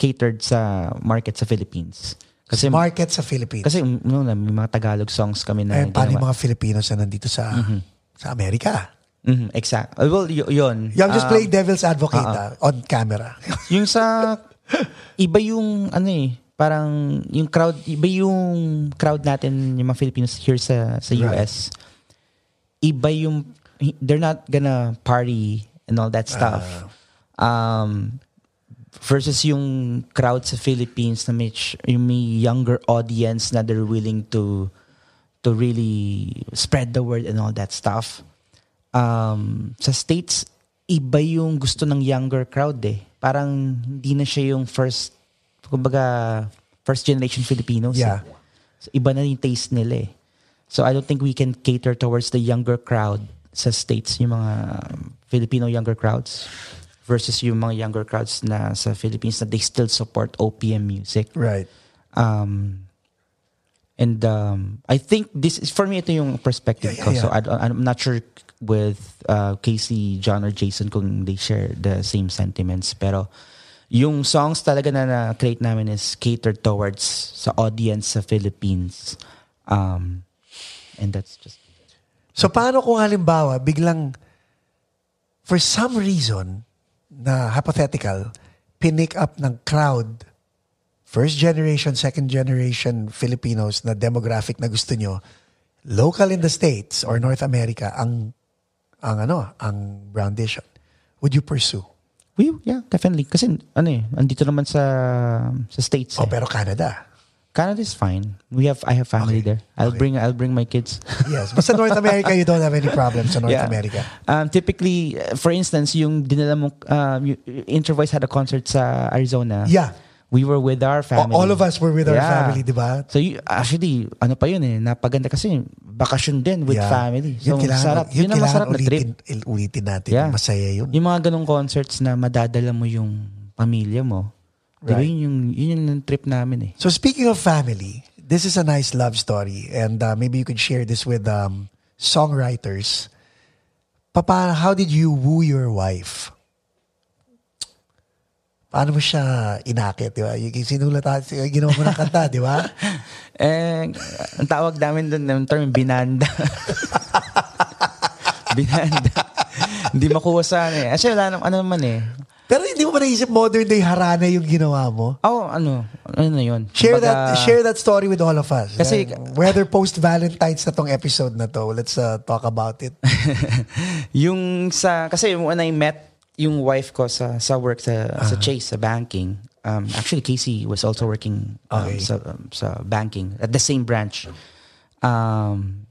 Speaker 1: catered sa market sa Philippines. Kasi,
Speaker 2: Market sa Philippines.
Speaker 1: kasi no, may mga Tagalog songs kami na
Speaker 2: eh,
Speaker 1: ginawa.
Speaker 2: paano yung mga Filipinos na nandito sa sa Amerika?
Speaker 1: Mhm, exact. Uh, Well, y- yun.
Speaker 2: Yeah, I'm just
Speaker 1: Um, uh-uh.
Speaker 2: playing devil's advocate ah, on
Speaker 1: [laughs]
Speaker 2: camera.
Speaker 1: Yung sa, iba yung, ano eh, parang yung crowd, iba yung crowd natin, yung mga Filipinos here sa, sa
Speaker 2: Right.
Speaker 1: US. Iba yung, they're not gonna party and all that stuff.
Speaker 2: Ah.
Speaker 1: um, versus yung crowd sa Philippines na may, ch- yung may younger audience na they're willing to to really spread the word and all that stuff. Um, sa States, iba yung gusto ng younger crowd eh. Parang hindi na siya yung first, kumbaga, first generation Filipinos. eh.
Speaker 2: Yeah.
Speaker 1: So, iba na yung taste nila eh. So I don't think we can cater towards the younger crowd sa States, yung mga um, Filipino younger crowds versus yung mga younger crowds na sa Philippines na they still support OPM music.
Speaker 2: Right.
Speaker 1: Um, and um, I think this is, for me, ito yung perspective ko.
Speaker 2: Yeah, yeah,
Speaker 1: So
Speaker 2: yeah.
Speaker 1: I, don't- I'm not sure with uh, Casey, John, or Jason kung they share the same sentiments. Pero yung songs talaga na na-create namin is catered towards sa audience sa Philippines. Um, and that's just...
Speaker 2: So paano kung halimbawa biglang for some reason na hypothetical, pinick up ng crowd first generation, second generation Filipinos na demographic na gusto nyo, local in the States or North America ang ang ano, ang Browndition. Would you pursue?
Speaker 1: We, yeah, definitely. Kasi ano eh, andito naman sa, sa States. eh.
Speaker 2: Oh, pero Canada.
Speaker 1: Canada is fine. We have I have family
Speaker 2: Okay.
Speaker 1: there. I'll bring I'll bring my kids. [laughs]
Speaker 2: Yes. Basta North America, you don't have any problems sa North
Speaker 1: Yeah.
Speaker 2: America.
Speaker 1: Um, typically, uh, for instance, yung dinala mong, um, y- Intervoice had a concert sa Arizona.
Speaker 2: Yeah.
Speaker 1: We were with our family.
Speaker 2: All of us were with our
Speaker 1: Yeah.
Speaker 2: family, di ba?
Speaker 1: So you, actually, ano pa yun eh, napaganda kasi bakasyon din with
Speaker 2: Yeah.
Speaker 1: family. So
Speaker 2: yun kailangan,
Speaker 1: sarap.
Speaker 2: yun
Speaker 1: Yun, ang
Speaker 2: kailangan
Speaker 1: masarap na
Speaker 2: ulitin,
Speaker 1: trip.
Speaker 2: il- ulitin natin.
Speaker 1: Yeah.
Speaker 2: Masaya yun.
Speaker 1: Yung mga ganong concerts na madadala mo yung pamilya mo. Di ba
Speaker 2: Right.
Speaker 1: yun yung, yun yung trip namin eh.
Speaker 2: So speaking of family, this is a nice love story and uh, maybe you could share this with um, songwriters. Papa, how did you woo your wife? Paano mo siya inakit, di ba? Yung sinulat natin, ginawa mo ng kanta, di
Speaker 1: [laughs]
Speaker 2: ba?
Speaker 1: Eh, ang tawag namin doon ng term binanda. [laughs] binanda. Hindi makuha sa ano eh. Actually, wala nam- ano naman eh.
Speaker 2: Pero hindi mo ba naisip modern day harana yung ginawa mo?
Speaker 1: Oh, ano? Ano na yun?
Speaker 2: Share
Speaker 1: Kumbaga,
Speaker 2: that share that story with all of us.
Speaker 1: Kasi-
Speaker 2: Uh, whether post Valentine's na tong episode na to, let's uh, talk about it.
Speaker 1: yung sa, kasi when I met yung wife ko sa, sa work sa,
Speaker 2: Ah.
Speaker 1: sa Chase, sa banking, um, actually Casey was also working um,
Speaker 2: Okay.
Speaker 1: sa, um, sa banking at the same branch. Um,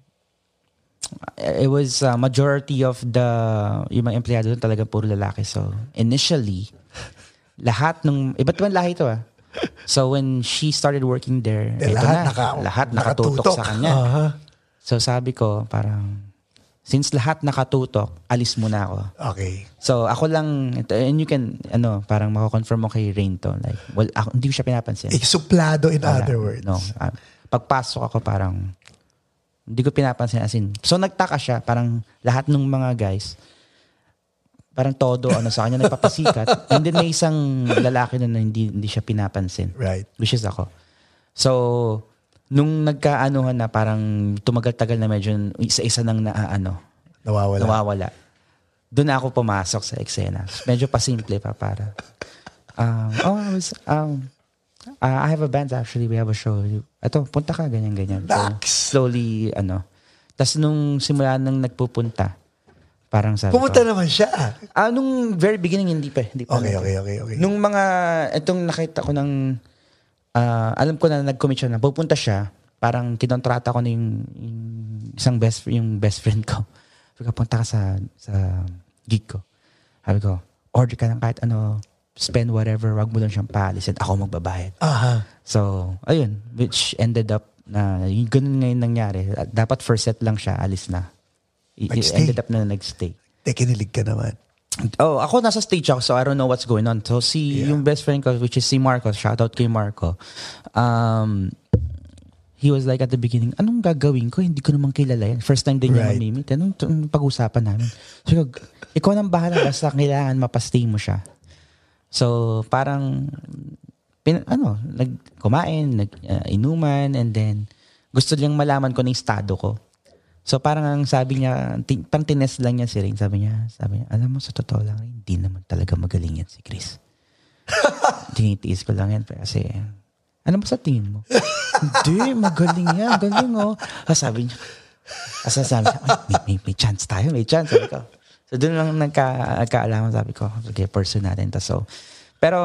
Speaker 1: it was uh, majority of the yung mga empleyado doon talaga puro lalaki. So, initially, lahat ng, iba't ibang lahi ito ah. So, when she started working there,
Speaker 2: Eh,
Speaker 1: ito
Speaker 2: lahat
Speaker 1: na,
Speaker 2: naka-
Speaker 1: lahat nakatutok,
Speaker 2: nakatutok. Uh-huh.
Speaker 1: sa kanya.
Speaker 2: Aha.
Speaker 1: So, sabi ko, parang, since lahat nakatutok, alis muna ako.
Speaker 2: Okay.
Speaker 1: So, ako lang, and you can, ano, parang makakonfirm mo kay Rain to. Like, well, ako, hindi ko siya pinapansin.
Speaker 2: Eh, suplado in
Speaker 1: Wala.
Speaker 2: other words.
Speaker 1: No. Ah, pagpasok ako parang hindi ko pinapansin as in. So nagtaka siya parang lahat ng mga guys parang todo ano sa kanya
Speaker 2: [laughs]
Speaker 1: nagpapasikat and then may isang lalaki na, na hindi hindi siya pinapansin
Speaker 2: Right.
Speaker 1: which is ako. So nung nagkaanuhan na parang tumagal-tagal na medyo isa-isa nang naaano
Speaker 2: Nawawala.
Speaker 1: nawawala. Doon ako pumasok sa eksena. Medyo pasimple pa para. Um, oh, I was, um, uh, I have a band actually. We have a show. Ito, punta ka, ganyan-ganyan.
Speaker 2: Dax!
Speaker 1: slowly, ano. Tapos nung simula nang nagpupunta, parang sabi
Speaker 2: Pumunta
Speaker 1: ko,
Speaker 2: naman siya.
Speaker 1: ah, nung very beginning, hindi pa. Hindi pa
Speaker 2: Okay, okay, okay, okay.
Speaker 1: Nung mga, itong nakita ko ng, ah, alam ko na nag-commit siya na, pupunta siya, parang kinontrata ko na yung, yung isang best, yung best friend ko. [laughs] Sabi ko, punta ka sa, sa gig ko. Sabi ko, order ka ng kahit ano, spend whatever, wag mo lang siyang paalisin, ako magbabayad.
Speaker 2: Aha.
Speaker 1: So, ayun, which ended up na, yung ganun ngayon nangyari. Dapat first set lang siya, alis na. It, it
Speaker 2: Nag-stay.
Speaker 1: ended up na nag-stay.
Speaker 2: Eh, kinilig ka naman.
Speaker 1: Oh, ako nasa stage ako, so I don't know what's going on. So si
Speaker 2: Yeah.
Speaker 1: yung best friend ko, which is si Marco, shout out kay Marco. Um, he was like at the beginning, anong gagawin ko? Hindi ko naman kilala yan. First time din niya
Speaker 2: Right.
Speaker 1: mamimit. Anong t- anong pag-usapan namin? So, ko, ikaw nang bahala basta kailangan mapastay mo siya. So, parang, pin, ano, nag, kumain, nag, uh, inuman, and then, gusto niyang malaman ko na yung estado ko. So, parang ang sabi niya, ti- parang tinest lang niya si Rain. Sabi niya, sabi niya, alam mo, sa totoo lang, hindi naman talaga magaling yan si Chris. Tinitiis ko lang yan kasi, ano ba sa tingin mo? hindi, magaling yan, galing oh. Ah, sabi niya, kasi sabi niya, "Ay, may, may, may chance tayo, may chance. Sabi ko. So doon lang nagka, nagkaalaman sabi ko, sige, pursue natin. Ta. So, pero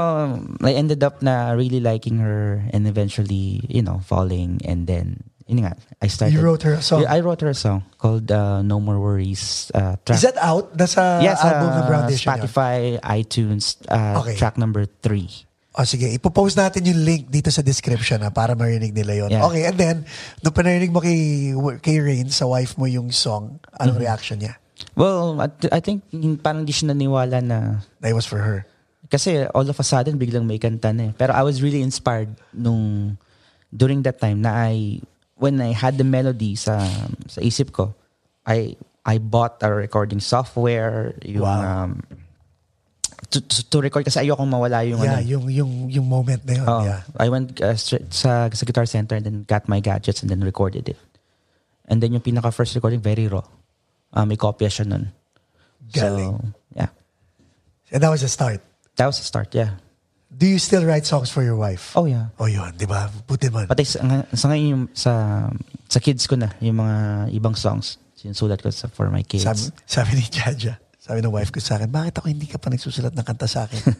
Speaker 1: I ended up na really liking her and eventually, you know, falling. And then, yun nga, I started.
Speaker 2: You wrote her a song?
Speaker 1: Yeah, I wrote her a song called uh, No More Worries. Uh, track.
Speaker 2: Is that out? Nasa
Speaker 1: yes,
Speaker 2: album ng
Speaker 1: uh,
Speaker 2: Brown Edition yun?
Speaker 1: Spotify, iTunes, uh,
Speaker 2: Okay.
Speaker 1: track number three.
Speaker 2: O Oh, sige, ipopost natin yung link dito sa description na para marinig nila yon.
Speaker 1: Yeah. Mm-hmm.
Speaker 2: Okay, and then, nung pinarinig mo kay, kay Rain, sa wife mo yung song, anong reaction niya?
Speaker 1: Well, at, I think mm, parang di siya naniwala na
Speaker 2: That was for her.
Speaker 1: kasi all of a sudden biglang may kanta na eh. Pero I was really inspired nung during that time na I when I had the melody sa sa isip ko, I I bought a recording software yung
Speaker 2: Wow.
Speaker 1: um, to, to, to record kasi ayokong mawala yung
Speaker 2: yeah,
Speaker 1: ano, Oh.
Speaker 2: yung, yung, yung moment na yun.
Speaker 1: Oo.
Speaker 2: yeah.
Speaker 1: I went uh, straight sa, sa Guitar Center and then got my gadgets and then recorded it. And then yung pinaka first recording, very raw. Uh, may kopya siya nun.
Speaker 2: Galing.
Speaker 1: So, yeah.
Speaker 2: And that was the start.
Speaker 1: That was the start, yeah.
Speaker 2: Do you still write songs for your wife?
Speaker 1: Oh, yeah.
Speaker 2: Oh, yun. Di ba? Buti man.
Speaker 1: Pati sa, nga- sa ngayon, yung, sa, sa kids ko na, yung mga ibang songs, sinusulat ko sa, for my kids.
Speaker 2: Sabi, sabi ni Jaja, sabi ng wife ko sa akin, bakit ako hindi ka pa nagsusulat ng kanta sa akin?
Speaker 1: [laughs]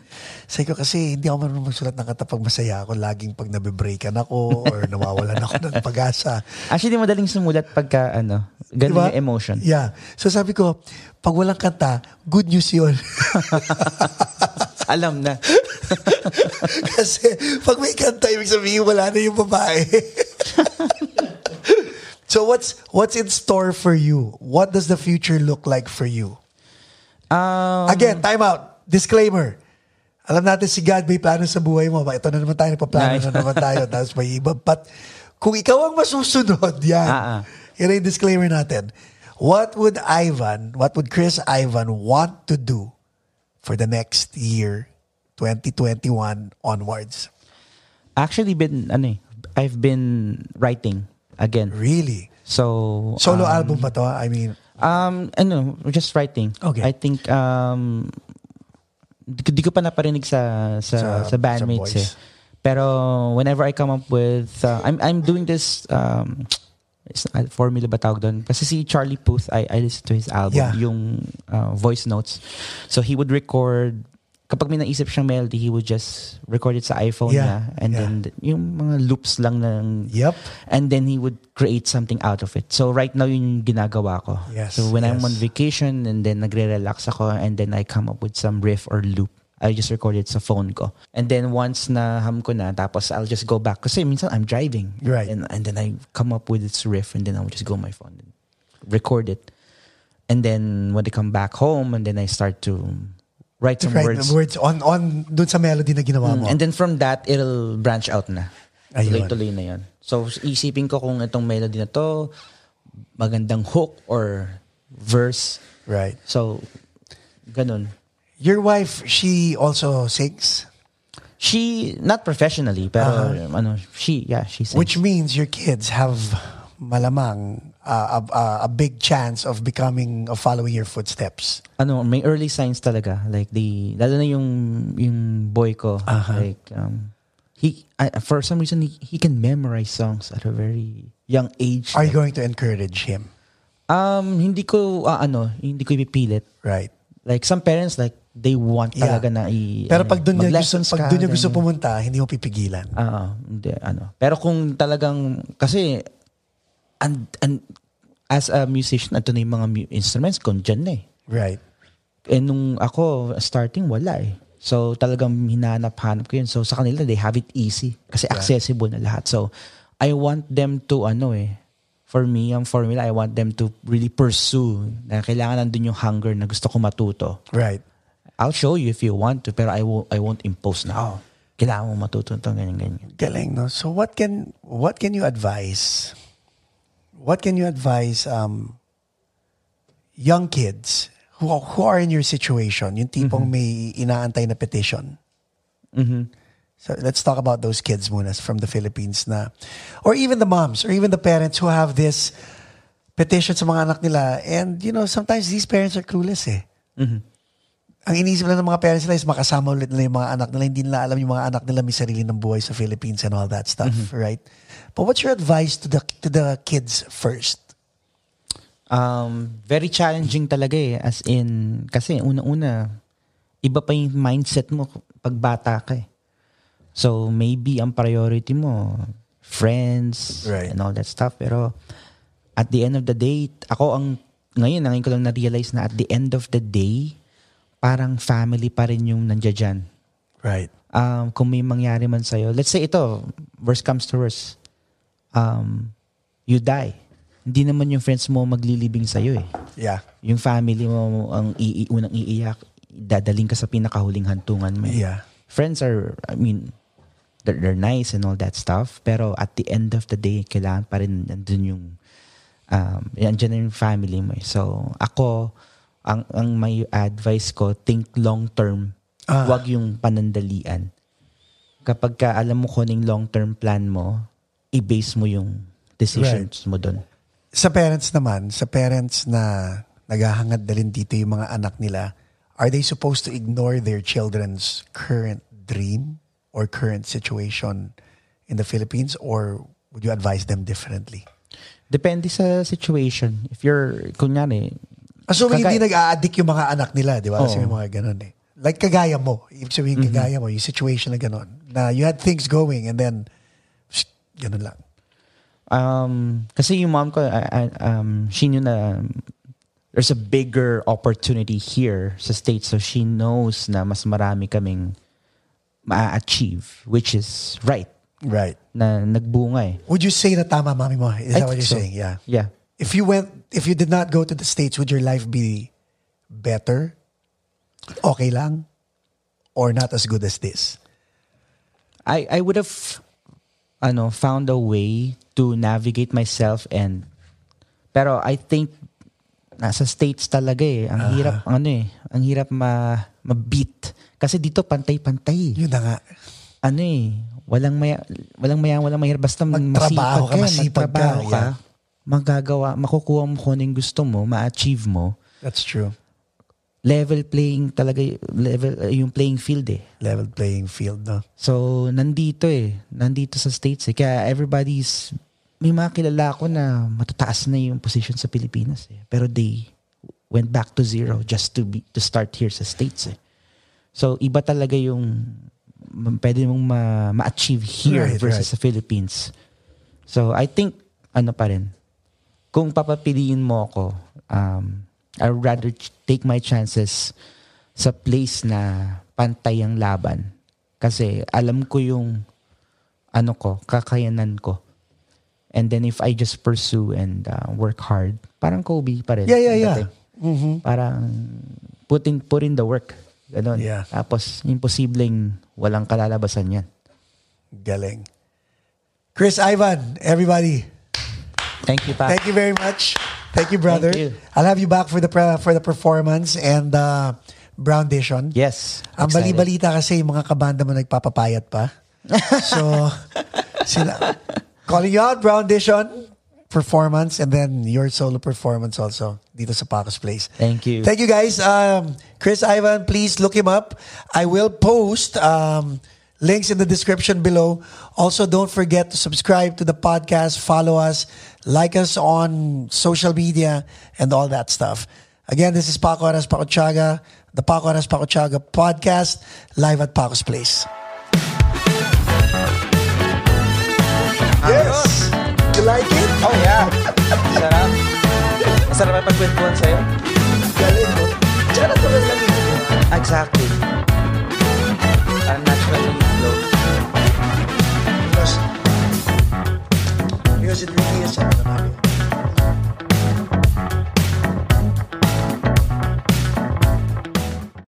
Speaker 2: sabi ko kasi hindi ako marunong magsulat ng kanta pag masaya ako. Laging pag nabibreakan ako or nawawalan ako ng pag-asa.
Speaker 1: Actually, madaling sumulat pagka, ano, ganun
Speaker 2: Diba?
Speaker 1: yung emotion.
Speaker 2: Yeah. So sabi ko, pag walang kanta, good news yun. [laughs]
Speaker 1: Alam na.
Speaker 2: [laughs] kasi pag may kanta, ibig sabihin wala na yung babae. [laughs] so what's what's in store for you? What does the future look like for you?
Speaker 1: Um,
Speaker 2: Again, time out. Disclaimer. Alam natin si God may plano sa buhay mo. Ba, Ito na naman tayo, nagpa-plano
Speaker 1: Nice.
Speaker 2: na naman
Speaker 1: [laughs]
Speaker 2: tayo. Tapos may iba. But kung ikaw ang masusunod, [laughs] yan.
Speaker 1: Ah, ah.
Speaker 2: Yan ang disclaimer natin. What would Ivan, what would Chris Ivan want to do for the next year, 2021 onwards?
Speaker 1: actually, been, ano eh, I've been writing again.
Speaker 2: Really?
Speaker 1: So,
Speaker 2: Solo
Speaker 1: um,
Speaker 2: album ba to? I mean,
Speaker 1: Um, ano, just writing.
Speaker 2: Okay.
Speaker 1: I think, um, di, ko- di ko pa naparinig sa, sa, sa
Speaker 2: Sa-
Speaker 1: bandmates
Speaker 2: sa
Speaker 1: eh.
Speaker 2: boys.
Speaker 1: Pero whenever I come up with, uh, I'm, I'm doing this, um, it's, uh, formula ba tawag doon? Kasi si Charlie Puth, I, I listen to his album,
Speaker 2: Yeah.
Speaker 1: yung uh, voice notes. So he would record, kapag may naisip siyang melody, he would just record it sa iPhone
Speaker 2: Yeah.
Speaker 1: niya. And
Speaker 2: Yeah.
Speaker 1: then yung mga loops lang ng
Speaker 2: yep.
Speaker 1: and then he would create something out of it. So right now yun yung ginagawa ko.
Speaker 2: Yes,
Speaker 1: so when I'm
Speaker 2: yes.
Speaker 1: on vacation and then nagre-relax ako and then I come up with some riff or loop. I just record it sa phone ko. And then once na ham ko na, tapos I'll just go back. Kasi minsan I'm driving.
Speaker 2: Right.
Speaker 1: And, and then I come up with this riff and then I'll just go on my phone and record it. And then when I come back home and then I start to write some
Speaker 2: Right,
Speaker 1: words.
Speaker 2: words on, on dun sa melody na ginawa mo.
Speaker 1: Mm, And then from that, it'll branch out na.
Speaker 2: Ayun.
Speaker 1: Tuloy-tuloy na yun. So, isipin ko kung itong melody na to, magandang hook or verse.
Speaker 2: right.
Speaker 1: So, ganun.
Speaker 2: Your wife, she also sings?
Speaker 1: She, not professionally, pero ano, she, yeah, she sings.
Speaker 2: Which means your kids have malamang uh, a, a, a big chance of becoming of following your footsteps.
Speaker 1: ano, may early signs talaga. Like, the, lalo na yung, yung boy ko. Like, um, he, I, for some reason, he, he can memorize songs at a very young age.
Speaker 2: Are you going to encourage him?
Speaker 1: Um, hindi ko, ah, ano, hindi ko ipipilit.
Speaker 2: Right.
Speaker 1: Like some parents like they want
Speaker 2: Yeah.
Speaker 1: talaga na i ano,
Speaker 2: Pero pag doon niya gusto,
Speaker 1: mag-lessons
Speaker 2: pag
Speaker 1: ka, Ah.
Speaker 2: doon niya gusto
Speaker 1: ganyan.
Speaker 2: pumunta, hindi mo pipigilan.
Speaker 1: Oo, hindi ano. Pero kung talagang kasi and and as a musician ito na yung mga mu- instruments ko dyan na eh.
Speaker 2: Right.
Speaker 1: Eh nung ako starting wala eh. So talagang hinahanap-hanap ko yun. So sa kanila they have it easy kasi accessible na lahat. So I want them to ano eh for me ang formula I want them to really pursue na kailangan nandun yung hunger na gusto ko matuto.
Speaker 2: Right.
Speaker 1: I'll show you if you want to, pero I won't, I won't impose na, oh, kailangan mo matuto ito, ganyan, ganyan.
Speaker 2: Galing, no? So what can what can you advise? What can you advise um, young kids who who are in your situation, yung tipong may inaantay na petition? So let's talk about those kids muna from the Philippines na or even the moms or even the parents who have this petition sa mga anak nila and you know sometimes these parents are clueless eh. Ang iniisip lang ng mga parents nila is makasama ulit nila yung mga anak nila. Hindi nila alam yung mga anak nila may sarili ng buhay sa Philippines and all that stuff, right? But what's your advice to the to the kids first?
Speaker 1: Um, very challenging talaga eh, as in, kasi una-una, iba pa yung mindset mo pag bata ka eh. So, maybe ang priority mo, friends,
Speaker 2: Right.
Speaker 1: and all that stuff, pero at the end of the day, ako ang, ngayon, ngayon ko lang na-realize na at the end of the day, parang family pa rin yung nandiyan dyan.
Speaker 2: Right.
Speaker 1: um, kung may mangyari man sa'yo. Let's say ito, worst comes to worst. Um, you die. Hindi naman yung friends mo maglilibing sa'yo eh.
Speaker 2: Yeah.
Speaker 1: Yung family mo ang ii, unang iiyak, dadaling ka sa pinakahuling hantungan mo.
Speaker 2: Yeah.
Speaker 1: Friends are, I mean, they're, they're nice and all that stuff, pero at the end of the day, kailangan pa rin nandun yung, um, nandyan na yung family mo. eh. So, ako, ang, ang may advice ko, think long term.
Speaker 2: Ah.
Speaker 1: Huwag yung panandalian. Kapag ka alam mo kung ano yung long-term plan mo, i-base mo yung decisions mo doon.
Speaker 2: Sa parents naman, sa parents na naghahangad na rin dito yung mga anak nila, are they supposed to ignore their children's current dream or current situation in the Philippines or would you advise them differently?
Speaker 1: Depende sa situation. If you're, kunyari,
Speaker 2: Assuming
Speaker 1: Kagaya-
Speaker 2: hindi nag-a-addict yung mga anak nila, di ba?
Speaker 1: Oo.
Speaker 2: Kasi may mga ganun eh. Like kagaya mo, ibig sabihin kagaya mo, yung situation na ganun. Na you had things going and then, psh, ganun lang.
Speaker 1: um, kasi yung mom ko, uh, uh, um, she knew na um, there's a bigger opportunity here sa States. So she knows na mas marami kaming ma-achieve, which is right,
Speaker 2: Right.
Speaker 1: na nagbunga eh.
Speaker 2: Would you say na tama, mami mo? Is
Speaker 1: I
Speaker 2: that
Speaker 1: think
Speaker 2: what you're
Speaker 1: so.
Speaker 2: saying? Yeah.
Speaker 1: Yeah.
Speaker 2: If you went, if you did not go to the States, would your life be better? Okay lang? Or not as good as this?
Speaker 1: I I would have ano found a way to navigate myself and pero I think nasa states talaga eh ang hirap ano eh ang hirap ma ma-beat kasi dito pantay-pantay eh.
Speaker 2: Yun na nga.
Speaker 1: ano eh walang maya walang maya walang mahirap basta
Speaker 2: Magtrabaho ka,
Speaker 1: masipag
Speaker 2: masipag ka,
Speaker 1: magtrabaho ka
Speaker 2: yeah.
Speaker 1: magagawa makukuha mo kung ano yung gusto mo ma-achieve mo
Speaker 2: That's true.
Speaker 1: level playing talaga y- level yung playing field eh
Speaker 2: Level playing field, no?
Speaker 1: So, nandito eh. Nandito sa States eh. Kaya everybody's, may mga kilala ko na matataas na yung position sa Pilipinas eh. Pero they went back to zero just to be, to start here sa States eh. So, iba talaga yung m- pwede mong ma- ma-achieve here
Speaker 2: Right,
Speaker 1: versus
Speaker 2: right.
Speaker 1: sa Philippines. So, I think, ano pa rin, kung papapiliin mo ako, um, I would rather ch- take my chances sa place na pantay ang laban. Kasi alam ko yung ano ko, kakayanan ko. And then if I just pursue and uh, work hard, parang Kobe pa rin.
Speaker 2: Yeah, yeah,
Speaker 1: Dating.
Speaker 2: Mm-hmm. yeah.
Speaker 1: Parang put in, put in the work. Ganun.
Speaker 2: Yeah.
Speaker 1: Tapos imposibleng walang kalalabasan yan.
Speaker 2: Galing. Chris Ivan, everybody,
Speaker 1: Thank you, Pap.
Speaker 2: Thank you very much. Thank you, brother.
Speaker 1: Thank you.
Speaker 2: I'll have you back for the pre- for the performance and uh, Brown Dishon.
Speaker 1: Yes.
Speaker 2: Ang
Speaker 1: excited.
Speaker 2: bali-balita kasi yung mga kabanda mo nagpapapayat
Speaker 1: [laughs]
Speaker 2: pa. so, sila, calling you out, Brown Dishon, performance, and then your solo performance also dito sa Paco's Place.
Speaker 1: Thank you.
Speaker 2: Thank you, guys. Um, Chris Ivan, please look him up. I will post um, links in the description below. Also, don't forget to subscribe to the podcast, follow us, like us on social media, and all that stuff. Again, this is Paco Aras Pacochaga, the Paco Aras Pacochaga podcast, live at Paco's Place. Yes! You like it?
Speaker 1: Oh, yeah. Sarap. Masarap ang pagkwentuhan sa'yo.
Speaker 2: Galing, no? Tsaka natural lang yun.
Speaker 1: Exactly. Parang natural yung flow.
Speaker 2: Because, because it really is, ano naman,